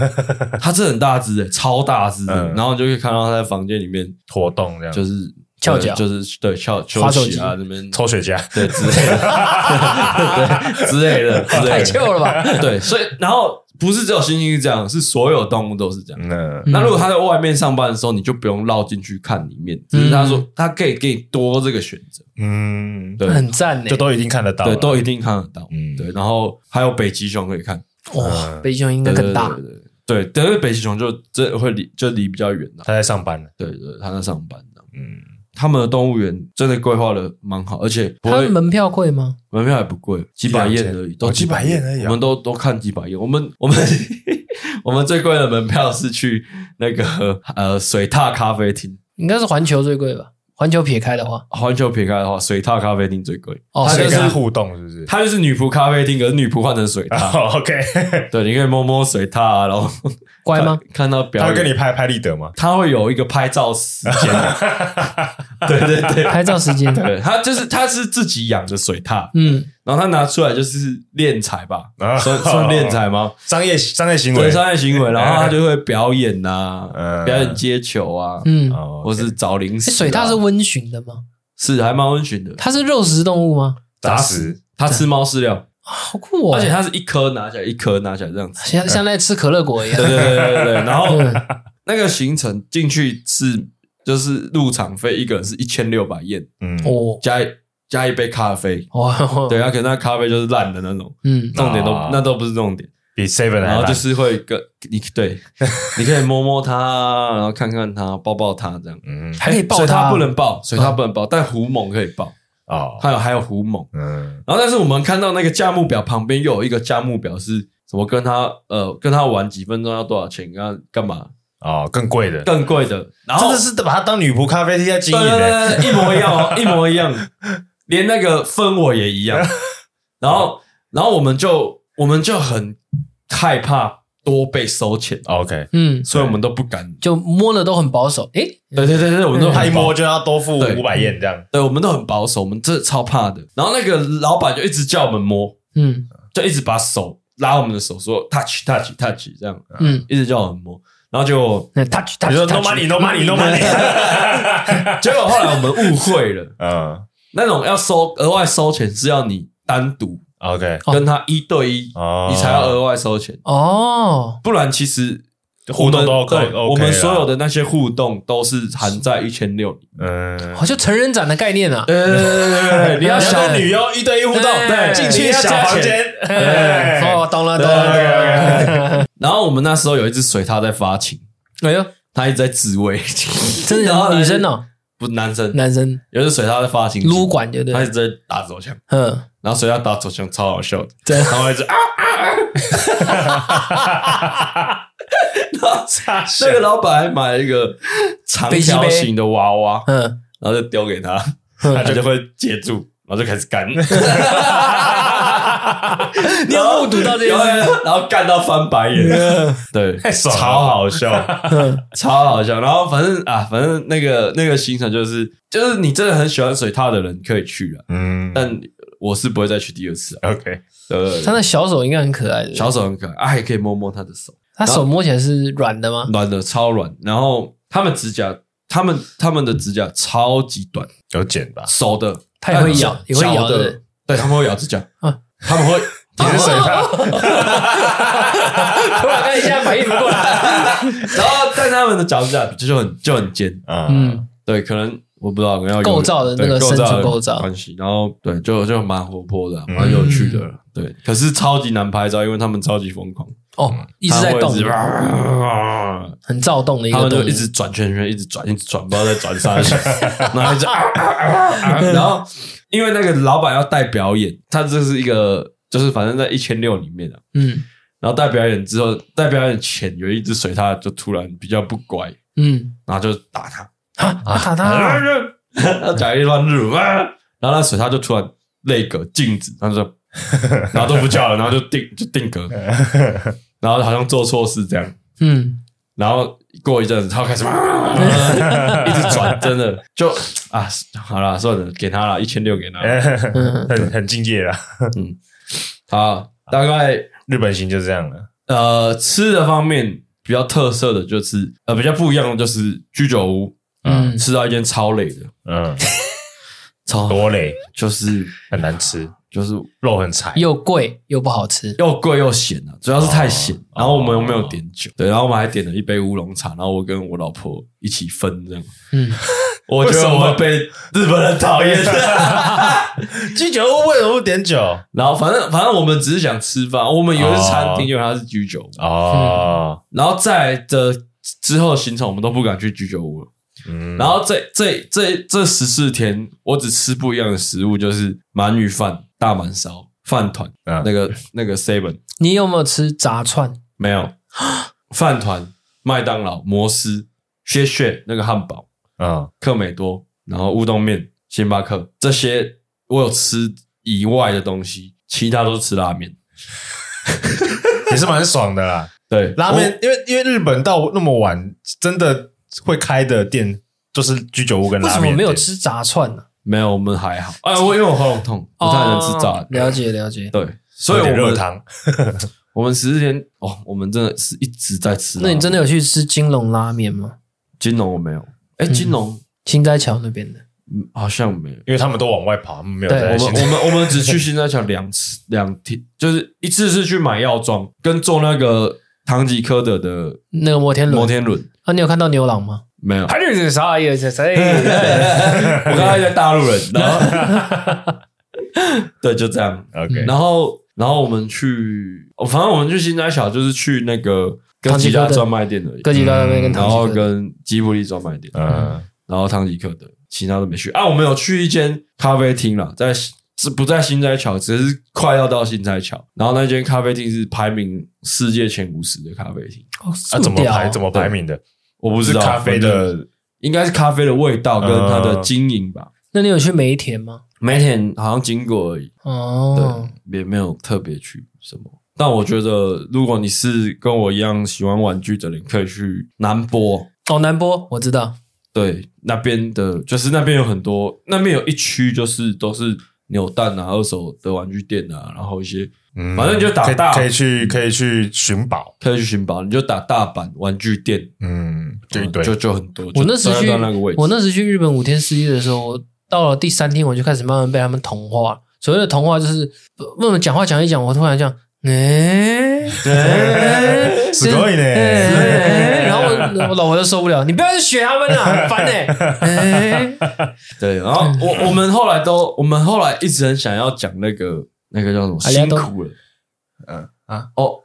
他真的很大只诶、欸超大只的、嗯然后你就可以看到他在房间里面活动这样，就是翘脚呃就是对翘休滑手息啊机那边抽雪茄，对之类的， 对之类的之太类的，旧了吧？对，所以然后不是只有猩猩是这样，是所有动物都是这样。嗯嗯 那如果他在外面上班的时候，你就不用绕进去看里面，只是他说嗯他可以给你多这个选择，嗯，对很赞呢就，都一定看得到了，对，都一定看得到，嗯对。然后还有北极熊可以看，哇，北极熊应该对更大嗯对，对对，对但是北极熊就这会离就离比较远了、他在上班了，对对，他在上班这样嗯，他们的动物园真的规划的蛮好，而且不它会门票贵吗？门票也不贵，几百一燕两千而已，哦都几百燕燕而已啊我们都都看几百燕，我们 我们我们最贵的门票是去那个呃水獭咖啡厅。应该是环球最贵吧？环球撇开的话，环球撇开的话，啊水獭咖啡厅最贵，哦它所就以是跟他互动是不是哦它就是女仆咖啡厅，可是女仆换成水 獭， ？OK，对，你可以摸摸水獭啊，然后乖吗？看到表他演，会跟你拍拍立得吗？他会有一个拍照时 间。对对对 拍照时间，对，他就是他是自己养的水獭，嗯，然后他拿出来就是敛财吧，啊算算敛财吗？ 商业商业行为对，，商业行为，然后他就会表演呐、嗯表演接球啊，嗯，哦或是找零食、诶啊。水獭是温驯的吗？是还蛮温驯的，它是肉食动物吗？杂食，它吃猫饲料，好酷哦！而且它是一颗拿起来，一颗拿起来这 样子。像像在吃可乐果一样对，对对对对对。然后嗯那个行程进去是就是入场费，一个人是一千六百燕，嗯，哦加一加一杯咖啡。哦，对，，他可能那咖啡就是烂的那种，嗯，重点都啊那都不是重点。比 Seven 还然后烂就是会跟你 对，你可以摸摸它，然后看看它，抱抱它这样。嗯还可以抱水它獭不能抱，水獭不能抱，但狐獴可以抱，哦，还有还有狐獴。嗯然后，但是我们看到那个价目表旁边又有一个价目表是什么？跟他呃，跟他玩几分钟要多少钱？跟他干嘛？哦，更贵的，更贵的，然真后的是把它当女仆咖啡厅在经对营欸对的，对，对一模一样哦，一模一 样，连那个氛围也一 样。然后，然后我们就我们就很害怕多被收钱， OK，嗯，所以我们都不敢。就摸的都很保守，诶，对对对对，我们都他很一保摸就要多付对五百燕这样，对，我们都很保守，我们真的超怕的。然后那个老板就一直叫我们摸，嗯就一直把手拉我们的手说 touch touch touch 这样，嗯，一直叫我们摸。然后就那 touch 你 touch 说 no touch， money no money no money，结果后来我们误会了， 嗯那种要收额外收钱是要你单独哦，OK，跟他一对一，哦，你才要额外收钱，哦，不然其实互动都要可以对 OK 啊我们所有的的那些互动都是含在一千六。嗯好，就成人展的概念啊。 呃，你要小想跟女优一对一互动，对进去小房间，对哦，懂了，对懂了，懂了。然后我们那时候有一只水獭在发情，哎呦，它一直在自慰，真然后的呢女生哦，不啊男生，男生有一只水獭在发情，撸管就对它一了，直在打手枪，嗯，然后水獭打手枪超好笑的，对然 后一直啊啊啊，傻笑那个老板还买了一个长飞机条杯形的娃娃，嗯，然后就丢给他，嗯他就会接住，然后就开始干。 你有目睹到这件事？然后然后干到翻白眼，对，太爽了超好笑， 嗯超好笑。然后反正啊，反正那个那个行程就是，就是你真的很喜欢水獭的人可以去啊， 嗯但我是不会再去第二次啊。 ，OK，对对他对那小手应该很可爱的，小手很可爱，啊，还可以摸摸它的手，他手摸起来是软的吗？软的超软。然后他们指甲，他们他们的指甲超级短，有剪吧？手的，它也会呃咬脚也会咬脚对不的对，对，他们会咬指甲啊，他们会。你是水獭，嗯 突然看一下反应不过来，然后但他们的脚趾甲就很就很尖，嗯，嗯，对，可能我不知道，可能要有构造的那个对身处构构造造的关系，然后对，就就蛮活泼的啊，嗯蛮有趣的了，对。可是超级难拍照，因为他们超级疯狂，哦，一直在他们动会， 直很躁动的一他个们动就物，一直转圈圈，一直转，一直转，不知道在转 啥，然后一直啊啊啊啊，然后因为那个老板要带表演，他这是一个就是反正在一千六里面啊，嗯然后带表演之后，带表演前有一只水獭就突然比较不乖，嗯，然后就打它。啊，打他，他讲一段日文，啊然后那水他就突然那个镜子， 他就说然后都不叫了，然后就定就定格，然后好像做错事这样，嗯，然后过一阵子他又开始一直转，真的就啊，好了，算了，给他了，一千六给他啦，嗯 很很敬业啦。好，大概日本型就这样了，呃吃的方面比较特色的就是呃比较不一样的就是居酒屋，嗯嗯，吃到一间超累的，嗯，超多累，就是很难吃，就是肉很柴，又贵又不好吃，又贵又咸啊，主要是太咸。哦然后我们又没有点酒，对，然后我们还点了一杯乌龙茶，然后我跟我老婆一起分这样。嗯，我觉为得什么我们被日本人讨厌。居酒屋为什么不点酒？然后反正反正我们只是想吃饭，我们以为是餐厅，因为它是居酒屋。哦，然后再来的之后的行程，我们都不敢去居酒屋了。嗯，然后这这这这十四天，我只吃不一样的食物，就是鳗鱼饭、大阪烧、饭团，嗯那个那个 seven 你有没有吃炸串？没有， 饭团、麦当劳、摩斯、薛薛那个汉堡、嗯，克美多，然后乌冬面、星巴克这些，我有吃以外的东西，其他都是吃拉面。也是蛮爽的啦。对，拉面，因为因为日本到那么晚，真的会开的店就是居酒屋跟为拉什面。么没有？吃炸串呢？没有，我们还好。哎，我因为我喉咙痛，不太能吃炸哦的。了解了解。对，所所以以我热们汤我们十四天哦，我们真的是一直在吃拉面。那你真的有去吃金龙拉面吗？金融我没有？哎，金融青斋桥那边的，嗯好像没有。因为他们都往外跑，他们没有对我在们现我们我们只去新三桥两次 两天，就是一次是去买药妆，跟坐那个唐吉诃德的那个摩天摩轮天哎轮，啊，你有看到牛郎吗？没有。还是啥意思？谁？哎我刚才在大陆人，然 后对，就这样。 OK，然后然后我们去，哦反正我们去新三桥就是去那个跟唐吉其诃德他专卖店而已，嗯哥吉拉那边跟然唐后吉诃德，跟吉卜力专卖店，嗯然后唐吉诃德，其他都没去啊。我们有去一间咖啡厅啦，在是不在新斋桥，只是快要到新斋桥。然后那间咖啡厅是排名世界前五十的咖啡厅，哦这啊，怎么屌排怎么排名的？我不知是道咖啡，反正的，嗯应该是咖啡的味道跟它的经营吧。那你有去梅田吗？每天好像经过而已，哦，对，也没有特别去什么。但我觉得，如果你是跟我一样喜欢玩具的人，可以去南波，哦，南波我知道，对，那边的就是那边有很多，那边有一区就是都是扭蛋啊、二手的玩具店啊，然后一些嗯反正就打可以大可以去可以去寻宝，可以去寻宝，你就打大阪玩具店，嗯，就一嗯堆，就就很多。我那就时站去到那个位置，我那时去日本五天四夜的时候，我到了第三天我就开始慢慢被他们同化。所谓的同化就是，不我们讲话讲一讲，我突然这样，哎、对，すごいね嗯哎然后我我老婆就受不了，你不要去学他们啊，很烦哎。哎对，然嗯后我我们后来都，我们后来一直很想要讲那个那个叫什么阿里亚辛多苦了，嗯啊，哦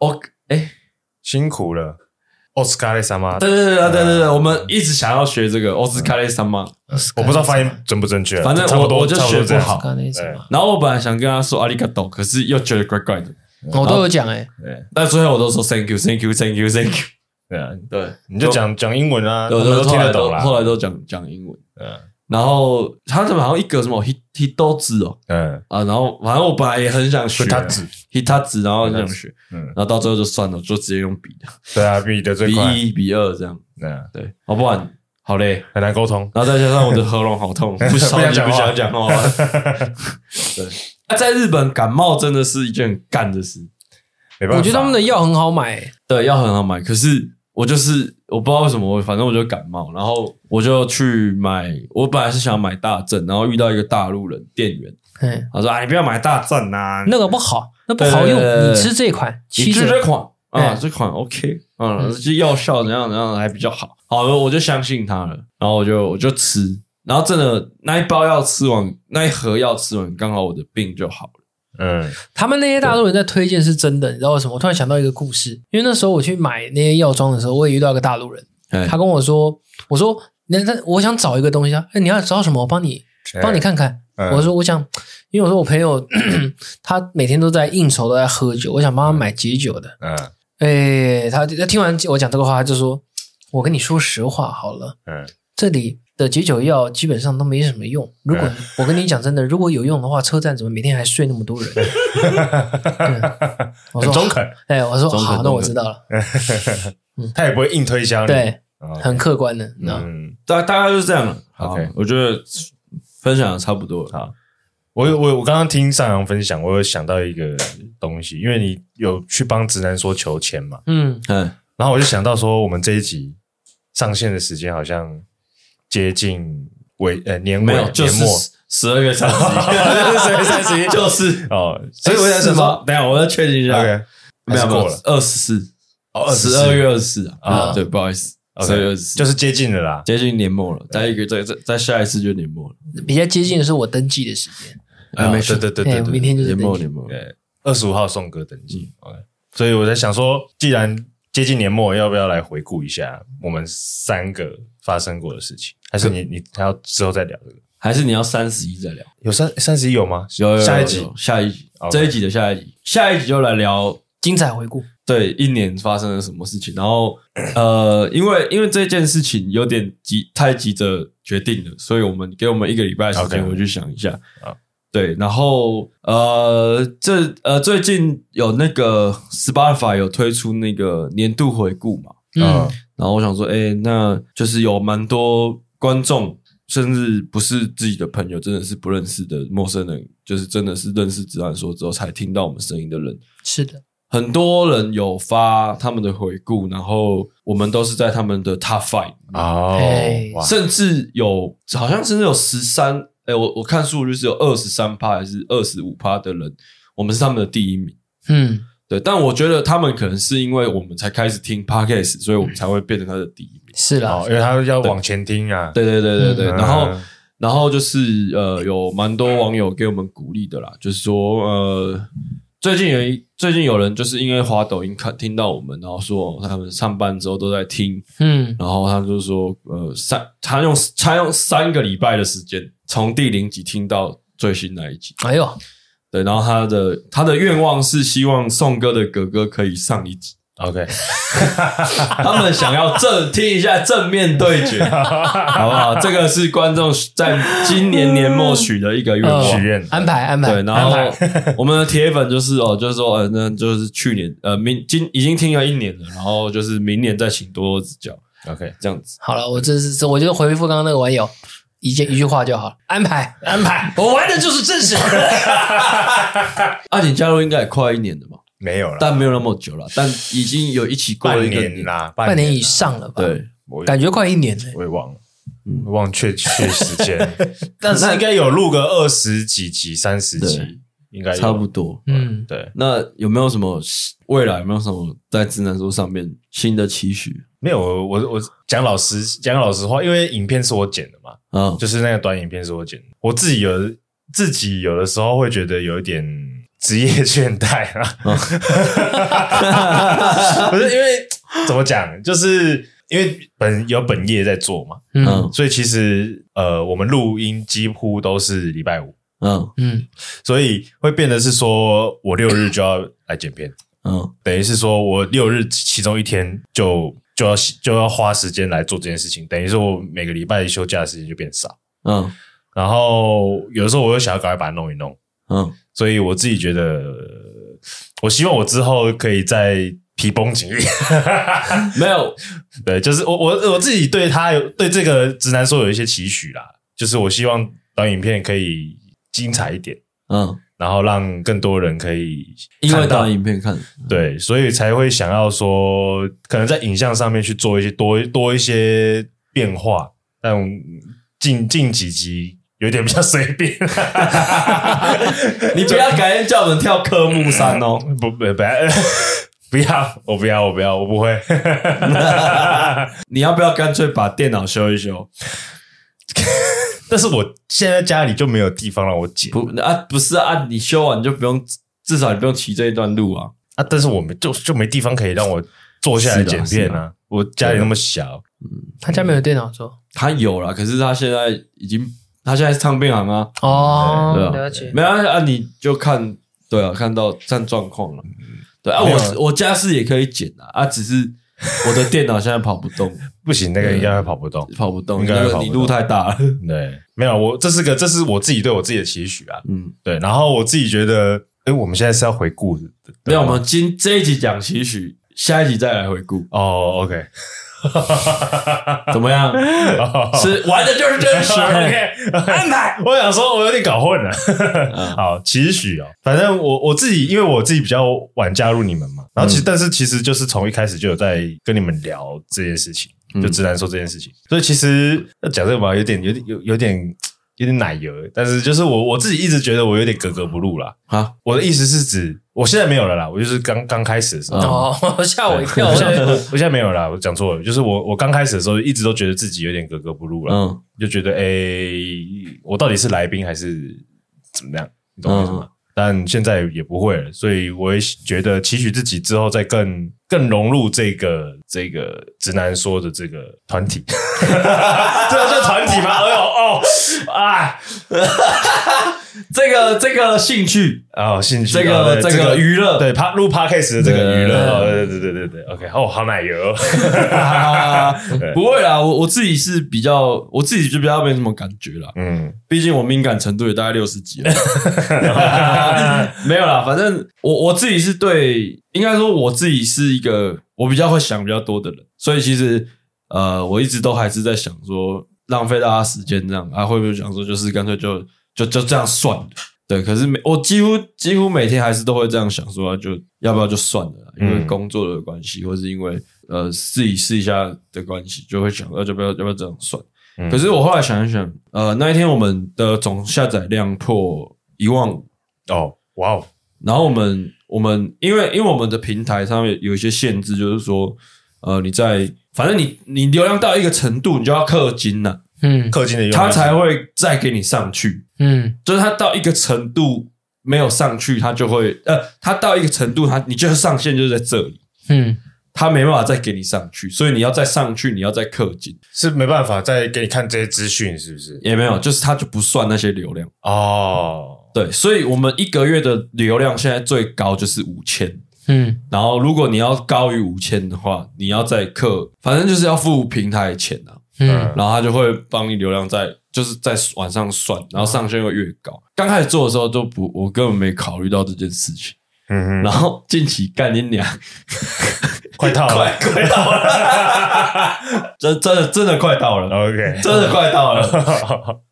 哦，哎，辛苦了，奥斯卡雷萨吗？啊对对对对对对对，我们一直想要学这个奥斯卡雷三嗯嘛，我不知道发音准不准确，啊反正我差不多我就差不多学不这样好刚才那什么，然后我本来想跟他说阿里嘎多，可是又觉得怪怪的，我都有讲哎，对，但最后我都说 thank you，thank you，thank you，thank you，对啊，对，你就讲讲英文啊，对，我我们都后听来得都懂啦。后来都讲讲英文，嗯然后他怎么好像一个什么 hit hit 豆子哦嗯，啊，然后反正我本来也很想学所以他只 hit 他子，然后这样学，嗯，然后到最后就算了，就直接用笔的，对啊，比你的最比快，一比二这样，嗯，对，要不然好累，很难沟通。然后再加上我的喉咙好 痛，不超级不想讲不话想讲话。 对，那在日本感冒真的是一件很干的事，没办法，我觉得他们的药很好买欸，对，要很好买。可是我就是我不知道为什么，反正我就感冒，然后我就去买。我本来是想买大正，然后遇到一个大陆人店员，哎，他说：“啊，你不要买大正啊，那个不好，那不好用对对对，对你吃这款七你吃折这，款啊，哎这款 OK，嗯，嗯这药效怎样怎样还比较好。好了，我就相信他了，然后我就我就吃，然后真的那一包药吃完，那一盒药吃完，刚好我的病就好了。嗯，他们那些大陆人在推荐是真的，你知道为什么？我突然想到一个故事，因为那时候我去买那些药妆的时候，我也遇到一个大陆人，哎他跟我说：“我说，那那我想找一个东西啊，哎，你要找什么？我帮你帮你看看。嗯我说：“我想，因为我说我朋友 他每天都在应酬，都在喝酒，我想帮他买解酒的。嗯哎，他他听完我讲这个话，他就说：“我跟你说实话好了，嗯这里的解酒药基本上都没什么用。如哎果我跟你讲真的，如果有用的话，车站怎么每天还睡那么多人？”嗯我很说中肯，哎，我说中肯好，那中我肯知道了，他也不会硬推销你。对，哦，很客观的，你啊知道吗嗯，大大概就是这样了。好 OK 我觉得分享的差不多了。好。我有我我刚刚听上扬分享，我有想到一个东西，因为你有去帮直男说求签嘛，嗯，嗯，然后我就想到说，我们这一集上线的时间好像接近尾呃年尾没有，就年是末十二月三十月三十一，就是。哎哦，所以我想是说，等一下我要确定一下， ，OK，哎没有还是没过有了，二十四，哦十二月二十四啊，啊对，不好意思，十 OK，二月二十四，就是接近了啦。接近年末了，再一个再再再下一次就年末了，比较接近的是我登记的时间，哎，没事，对对对对哎对，明天就是年登末记年。末，对，二十五号送歌登记。OK，所嗯以我在想说，既然接近年末，要不要来回顾一下我们三个发生过的事情？还是你你还要之后再聊这个？还是你要三十一再聊，有三三十一有吗？有有有下一集有下一集 OK 这一集的下一集，下一集就来聊精彩回顾，对一年发生了什么事情，然后 呃，因为因为这件事情有点急，太急着决定了，所以我们给我们一个礼拜的时间 OK 回去想一下好。对，然后呃，这呃最近有那个 Spotify 有推出那个年度回顾嘛，嗯，然后我想说，哎、那就是有蛮多观众，甚至不是自己的朋友，真的是不认识的陌生人，就是真的是认识子安说之后才听到我们声音的人，是的，很多人有发他们的回顾，然后我们都是在他们的 Top Five，、哦哎，哇，甚至有好像甚至有十三，哎，我我看数据是有二十三趴还是二十五趴的人，我们是他们的第一名。嗯，对，但我觉得他们可能是因为我们才开始听 podcast，所以我们才会变成他的第一名。是啦哦，，因为他要往前听啊。对对对对对，嗯然后然后就是呃，有蛮多网友给我们鼓励的啦，就是说呃，最近有一最近有人就是因为滑抖音看听到我们，然后说他们上班之后都在听，嗯，然后他就说呃三他用他用三个礼拜的时间从第零集听到最新那一集，哎呦，对，然后他的他的愿望是希望宋哥的哥哥可以上一集， OK，他们想要正听一下正面对 决，好不好？这个是观众在今年年末许的一个愿望。许愿呃安排安排，对，然安后排我们的铁粉就是哦，就是说，呃，那就是去年，呃，明今已经听了一年了，然后就是明年再请多多指教， OK，这样子。好了，我这是这我就回复刚刚那个网友一件一句话就好了，安排安排，我玩的就是正事，阿锦啊加入应该也快一年了嘛，没有了，但没有那么久了，但已经有一起过了半一个年啦，半年啦以，上了吧？，对，我感觉快一年了。我也忘了嗯， 忘确确时间，但是应该有录个二十几集、三十集，应该有差不多。嗯，对，那有没有什么未来有没有什么在智能书上面新的期许没有我我我讲老实讲老实话，因为影片是我剪的嘛， 啊？就是那个短影片是我剪的。我自己有自己有的时候会觉得有一点职业倦怠 啊，不是因为怎么讲，就是因为本有本业在做嘛，嗯嗯所以其实呃，我们录音几乎都是礼拜五，嗯嗯所以会变得是说我六日就要来剪片，嗯等于是说我六日其中一天就就要就要花时间来做这件事情，等于说我每个礼拜休假的时间就变少。嗯然后有的时候我又想要赶快把它弄一弄，嗯所以我自己觉得，呃我希望我之后可以再皮绷紧一点。没有，对，就是我我我自己对他有对这个直男说有一些期许啦，就是我希望短影片可以精彩一点，嗯，然后让更多人可以因为看到打影片看，对，所以才会想要说，可能在影像上面去做一些多多一些变化，但近近几集有点比较随便。 你不要改天叫我们跳科目三哦。不不不要不要，我不要，我不要，我不会。 你要不要干脆把电脑修一修？但是我现在家里就没有地方让我剪不啊，不是啊，你修完就不用，至少你不用骑这一段路啊。啊，但是我们就就没地方可以让我坐下来剪片啊。我家里那么小，他家没有电脑做他有啦，可是他现在已经，他现在是唱片行啊，哦对啊，了解，没有啊，啊你就看对啊，看到看状况了。对啊，没有我啊是我家是也可以剪啊，啊，只是我的电脑现在跑不动，不行，那个应该会跑不动。跑不动，应该那跑个不你动路太大了。对，没有，我这是个，这是我自己对我自己的期许啊。嗯，对，然后我自己觉得，哎，我们现在是要回顾的，对啊没有，吗我们今这一集讲期许，下一集再来回顾，哦，OK，怎么样？ 是玩的就是真实。安排。 我想说，我有点搞混了。 好，期许哦，反正我我自己，因为我自己比较晚加入你们嘛，然后其实、但是其实就是从一开始就有在跟你们聊这件事情，就直男说这件事情，所以其实要讲这个嘛，有点有点有有点。有点奶油，但是就是我我自己一直觉得我有点格格不入啦。好，我的意思是指我现在没有了啦，我就是刚刚开始嗯的时候，哦， 吓我一跳，我我现想 在我我现在没有啦，我讲错了，就是我我刚开始的时候一直都觉得自己有点格格不入了，嗯就觉得哎、诶我到底是来宾还是怎么样？你懂我意思吗？但现在也不会了，所以我也觉得期许自己之后再更更融入这个这个直男说的这个团体，这个是团体吗？哎呦哦啊这个这个兴趣，哦，兴趣这个、哦对这个娱乐，对，趴录 podcast 的这个娱乐，对哦对对对对对，OK，哦，好奶油哦，啊对不会啦，我我自己是比较，我自己就比较没什么感觉啦，嗯，毕竟我敏感程度也大概六十几了。 没有啦，反正我我自己是对，应该说我自己是一个我比较会想比较多的人，所以其实呃，我一直都还是在想说，浪费大家时间这样啊，会不会想说就是干脆就就就这样算了？对，可是每我几乎几乎每天还是都会这样想说，啊就要不要就算了啊啦，因为嗯工作的关系，或是因为呃试一试一下的关系，就会想要要不要要不要这样算。嗯可是我后来想一想，呃，那一天我们的总下载量破一万五，哦，哇哦，然后我们我们因为因为我们的平台上面有一些限制，就是说，呃，你在反正你你流量到一个程度，你就要氪金了、嗯氪金的用它量才会再给你上去。嗯就是它到一个程度没有上去，它就会呃，它到一个程度，它你就是上限就是在这里，嗯，它没办法再给你上去，所以你要再上去，你要再氪金是没办法再给你看这些资讯，是不是？也没有，就是它就不算那些流量。哦，对，所以我们一个月的流量现在最高就是五千，嗯然后如果你要高于五千的话，你要再氪，反正就是要付平台钱啊。嗯然后他就会帮你流量在就是在往上算，然后上限会越高。刚开始做的时候都不，我根本没考虑到这件事情。嗯然后近期干你娘，哼，快到了快到了， 真真的真的快到了， ，OK，真的快到了。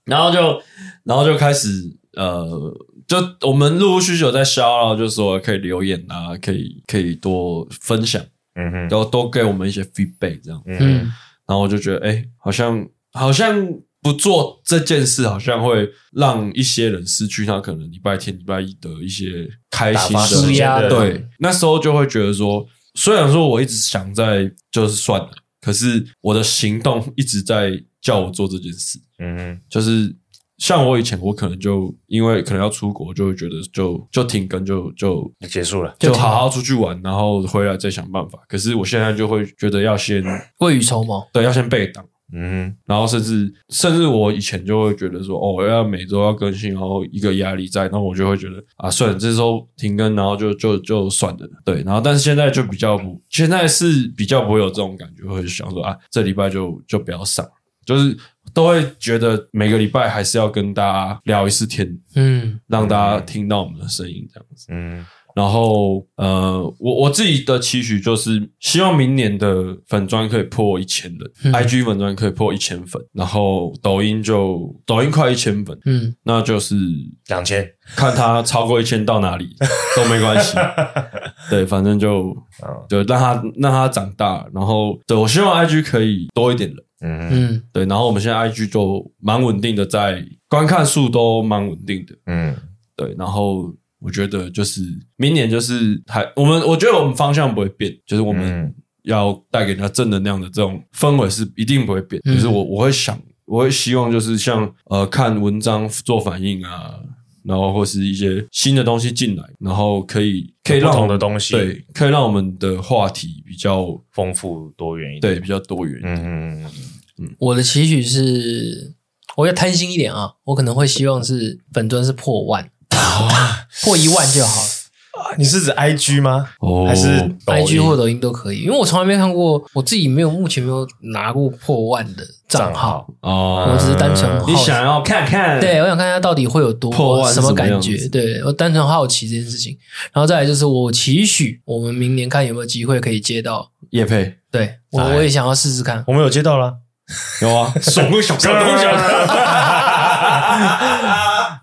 然后就然后就开始呃，就我们陆陆续续有在消，然后就说可以留言啊，可以可以多分享，嗯哼，然后多给我们一些 feedback 这样。嗯哼，嗯然后我就觉得，哎、好像好像不做这件事，好像会让一些人失去他可能礼拜天、礼拜一的一些开心打发的时间的对，那时候就会觉得说，虽然说我一直想在就是算了，可是我的行动一直在叫我做这件事。嗯就是像我以前，我可能就因为可能要出国，就会觉得就就停更，就就哼，结束了。就好好出去玩，然后回来再想办法。可是我现在就会觉得要先未雨绸缪，对要先备档。嗯然后甚至甚至我以前就会觉得说，哦，要每周要更新，然后一个压力在，那我就会觉得啊，算了，这周停更，然后就就就算了，对。然后但是现在就比较不，现在是比较不会有这种感觉，会想说啊，这礼拜就就不要上，就是都会觉得每个礼拜还是要跟大家聊一次天，嗯，让大家听到我们的声音这样子。嗯然后呃，我我自己的期许就是希望明年的粉砖可以破一千人、嗯 i g 粉砖可以破一千粉，然后抖音就抖音快一千粉，嗯，那就是两千，看它超过一千到哪里都没关系，对，反正就嗯就让它让它长大，然后对我希望 i g 可以多一点人。嗯嗯对，然后我们现在 IG 就蛮稳定的，在观看数都蛮稳定的，嗯对，然后我觉得就是明年就是还我们，我觉得我们方向不会变，就是我们嗯要带给人家正能量的这种氛围是一定不会变。嗯就是我我会想，我会希望就是像呃看文章做反应啊，然后或是一些新的东西进来，然后可以可以让不同我们的东西对，可以让我们的话题比较丰富多元一点。对比较多元。嗯嗯我的期许是，嗯我要贪心一点啊，我可能会希望是本尊是破万，破一万就好了。你是指 IG 吗？哦还是抖音 IG 或抖音都可以，因为我从来没看过，我自己没有目前没有拿过破万的账账号，号？哦我，只是单纯啊好你想要看看对，我想看一下到底会有多破万是什么什么感样子觉。对我单纯好奇这件事情，然后再来就是我期许我们明年看有没有机会可以接到，叶佩对我哎我也想要试试看。我们有接到了，有啊，爽不 爽？爽不爽？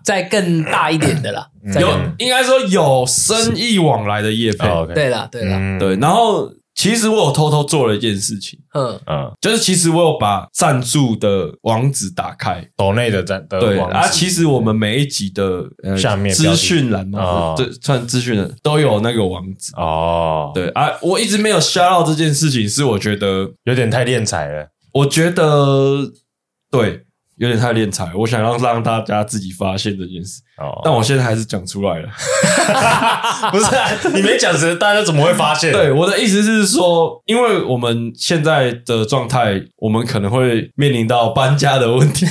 再更大一点的啦，嗯再有更应该说有生意往来的业配，哦，OK 对啦对啦，嗯对。然后其实我有偷偷做了一件事情，嗯嗯，就是其实我有把赞助的网址打开，抖内的站的对呃网址啊，其实我们每一集的呃下面资标题讯栏嘛哦，对，算资讯栏都有那个网址。哦，，对啊，我一直没有 shout out 这件事情，是我觉得，有点太敛财了。我觉得对，有点太敛财。我想要让大家自己发现这件事，但哦，我现在还是讲出来了。不是啊，你没讲时，大家怎么会发现？对，我的意思是说，因为我们现在的状态，我们可能会面临到搬家的问 题。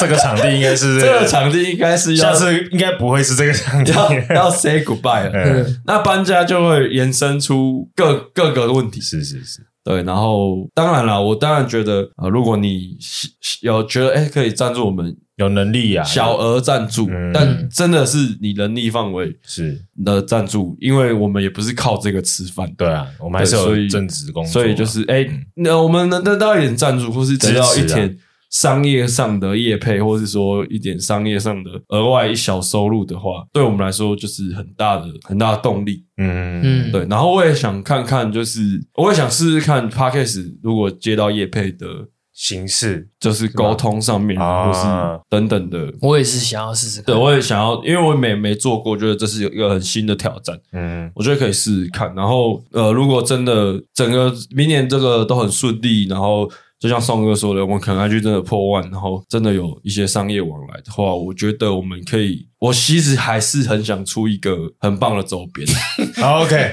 这个场地应该是这个，场地应该是要下次应该不会是这个场地。 要要 say goodbye 了。嗯，嗯那搬家就会延伸出各各个问题，是是是，对。然后当然啦，我当然觉得啊、呃如果你喜喜有觉得哎、可以赞助我们有能力啊，小额赞助，嗯但真的是你能力范围是，的赞助，因为我们也不是靠这个吃饭的。对啊，我们还是对所有以正职工作啊，所以就是哎，那、我们能得到一点赞助，或是得到支一持啊点商业上的业配，或是说一点商业上的额外一小收入的话，对我们来说就是很大的很大的动力。嗯嗯，对，然后我也想看看，就是我也想试试看 podcast 如果接到业配的，形式，就是沟通上面，啊嗯或是等等的。我也是想要试试看。对，我也想要，因为我没没做过，觉得这是有一个很新的挑战。嗯我觉得可以试试看。然后呃，如果真的整个明年这个都很顺利，然后就像宋哥说的，我们可能 IG 真的破万，然后真的有一些商业往来的话，我觉得我们可以，我其实还是很想出一个很棒的周 边，好，OK，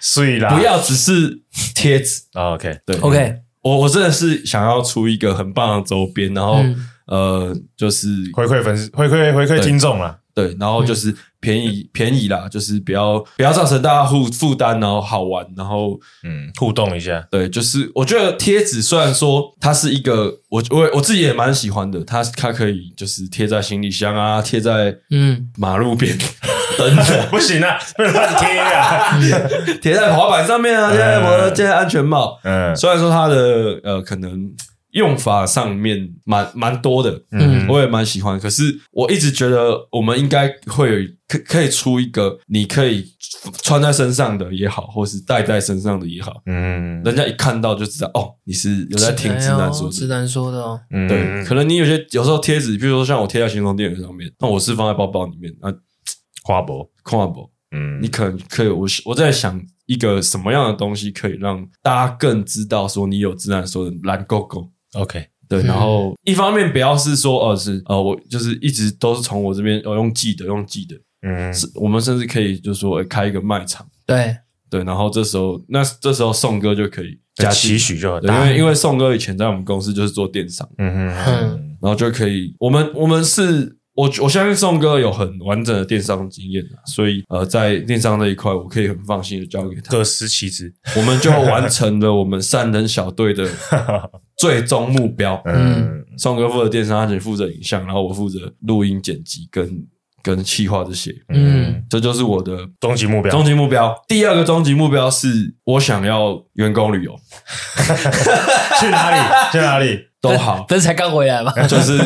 睡啦，不要只是贴纸。好，OK，对 OK，我我真的是想要出一个很棒的周边，然后、嗯呃，就是回馈粉丝，回馈回馈听众啦，对，然后嗯就是便宜、便宜啦，就是不要不要造成大家负负担，然后好玩，然后嗯，互动一下，对，就是我觉得贴纸虽然说它是一个我我我自己也蛮喜欢的，它它可以就是贴在行李箱啊，贴在嗯，马路边等等， 不行啊，不能乱贴啊，贴在滑板上面啊，贴在摩托，贴在安全帽。 嗯虽然说它的呃可能用法上面蛮蛮多的，嗯我也蛮喜欢。可是我一直觉得我们应该会有可可以出一个你可以穿在身上的也好，或是戴在身上的也好，嗯人家一看到就知道哦，你是有在听直男说直的。男说的哦，嗯对，可能你有些有时候贴纸，比如说像我贴在行动电源上面，那我是放在包包里面，那花博，跨博嗯你可能可以，我我在想一个什么样的东西可以让大家更知道说你有自然说的蓝勾勾。 ，OK，对，嗯然后一方面不要是说，呃，是呃，我就是一直都是从我这边，呃，用记的，用记的，嗯是我们甚至可以就是说、呃开一个卖场，对，对，然后这时候那这时候宋哥就可以加加进期许就很对，大，因为因为宋哥以前在我们公司就是做电商，嗯嗯然后就可以，我们我们是。我我相信宋哥有很完整的电商经验啊，所以呃，在电商这一块，我可以很放心的交给 他。各司其职，我们就完成了我们三人小队的最终目标。嗯宋哥负责电商，阿姐负责影像，然后我负责录音、剪辑跟跟企划这些。嗯，这就是我的终极目标，终极目标。第二个终极目标是我想要员工旅游去哪里？去哪里？ 都好， 不是才刚回来吗？就是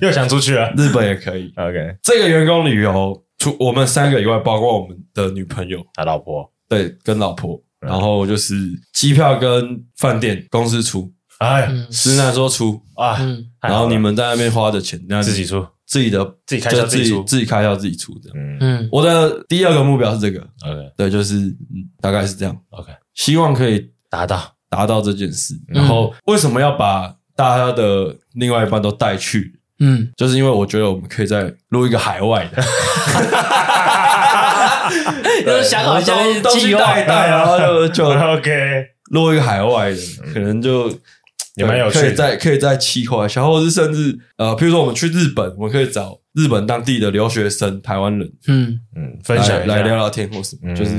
又想出去 了日本也可以。 ，OK，这个员工旅游，除我们三个以外，包括我们的女朋友，他老婆，对，跟老婆，然后就是机票跟饭店公司出，哎嗯直男说出，啊，嗯，太好了然后你们在那边花的钱，那自己出，自己的自己开销就自自己出自己开销自己出的。嗯嗯，我的第二个目标是这个， ，OK 对，就是嗯大概是这样， OK，希望可以达到，达到这件事。嗯然后为什么要把大家的另外一半都带去？嗯，就是因为我觉得我们可以再录一个海外 的，都想好下面东西哦计划带一带，然后就就 OK，录一个海外的，可能就嗯也蛮有趣的可以再可以再企划一下，或者是甚至呃，譬如说我们去日本，我们可以找日本当地的留学生、台湾人嗯嗯，来分享一下来聊，聊天或什么，嗯就是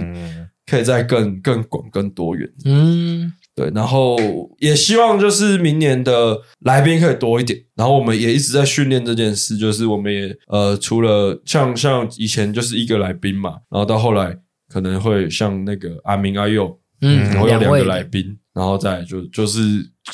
可以再更更广、更多元。嗯对，然后也希望就是明年的来宾可以多一点，然后我们也一直在训练这件事，就是我们也呃，除了像像以前就是一个来宾嘛，然后到后来可能会像那个阿明阿佑，嗯，然后有两两位个来宾，然后再来就就是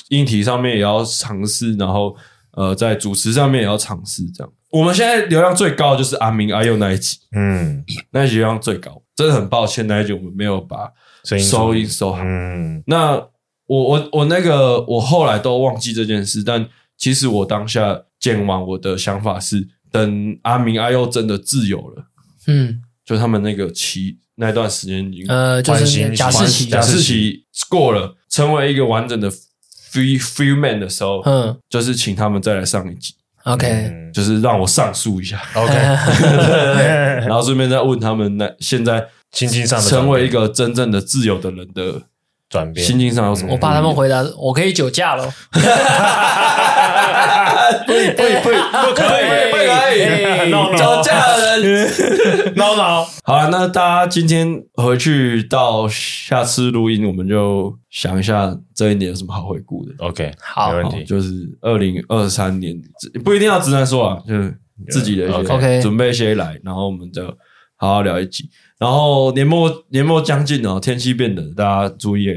硬体上面也要尝试，然后呃在主持上面也要尝试这样。我们现在流量最高的就是阿明阿佑那一集，嗯，那一集流量最高，真的很抱歉那一集我们没有把声音收音，收好。嗯那我我我那个我后来都忘记这件事，但其实我当下见完我的想法是，等阿明阿佑真的自由了，嗯就他们那个期那段时间已经呃，就关心是一贾下士奇，假释士期过了，成为一个完整的 free free man 的时候，嗯就是请他们再来上一集， ，OK，嗯就是让我上诉一下， ，OK， 然后顺便再问他们那现在心境哎上的成为一个真正的自由的人的转变， 心境上有什么不一样？我怕他们回答，我可以酒驾喽，不 不不不可哎以，不可 以，酒驾的人。唠唠，好了，那大家今天回去到下次录音，我们就想一下这一年有什么好回顾的。 OK，好没问好题。哦就是二零二三年，不一定要直男说啊，就是自己的一些 OK 准备一些来，然后我们就好好聊一集。然后年末年末将近了，天气变冷，大家注意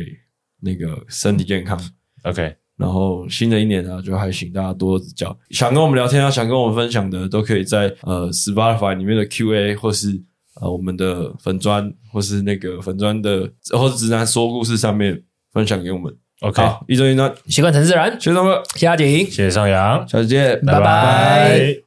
那个身体健康。 OK，然后新的一年啊呢，就还请大家多多指教。想跟我们聊天啊，想跟我们分享的，都可以在呃 Spotify 里面的 Q&A，或是呃我们的粉砖，或是那个粉砖的，或者直男说故事上面分享给我们。 OK，好，一周一呢，习惯成自然，学生们，谢谢阿景。谢谢上扬，下次见，拜拜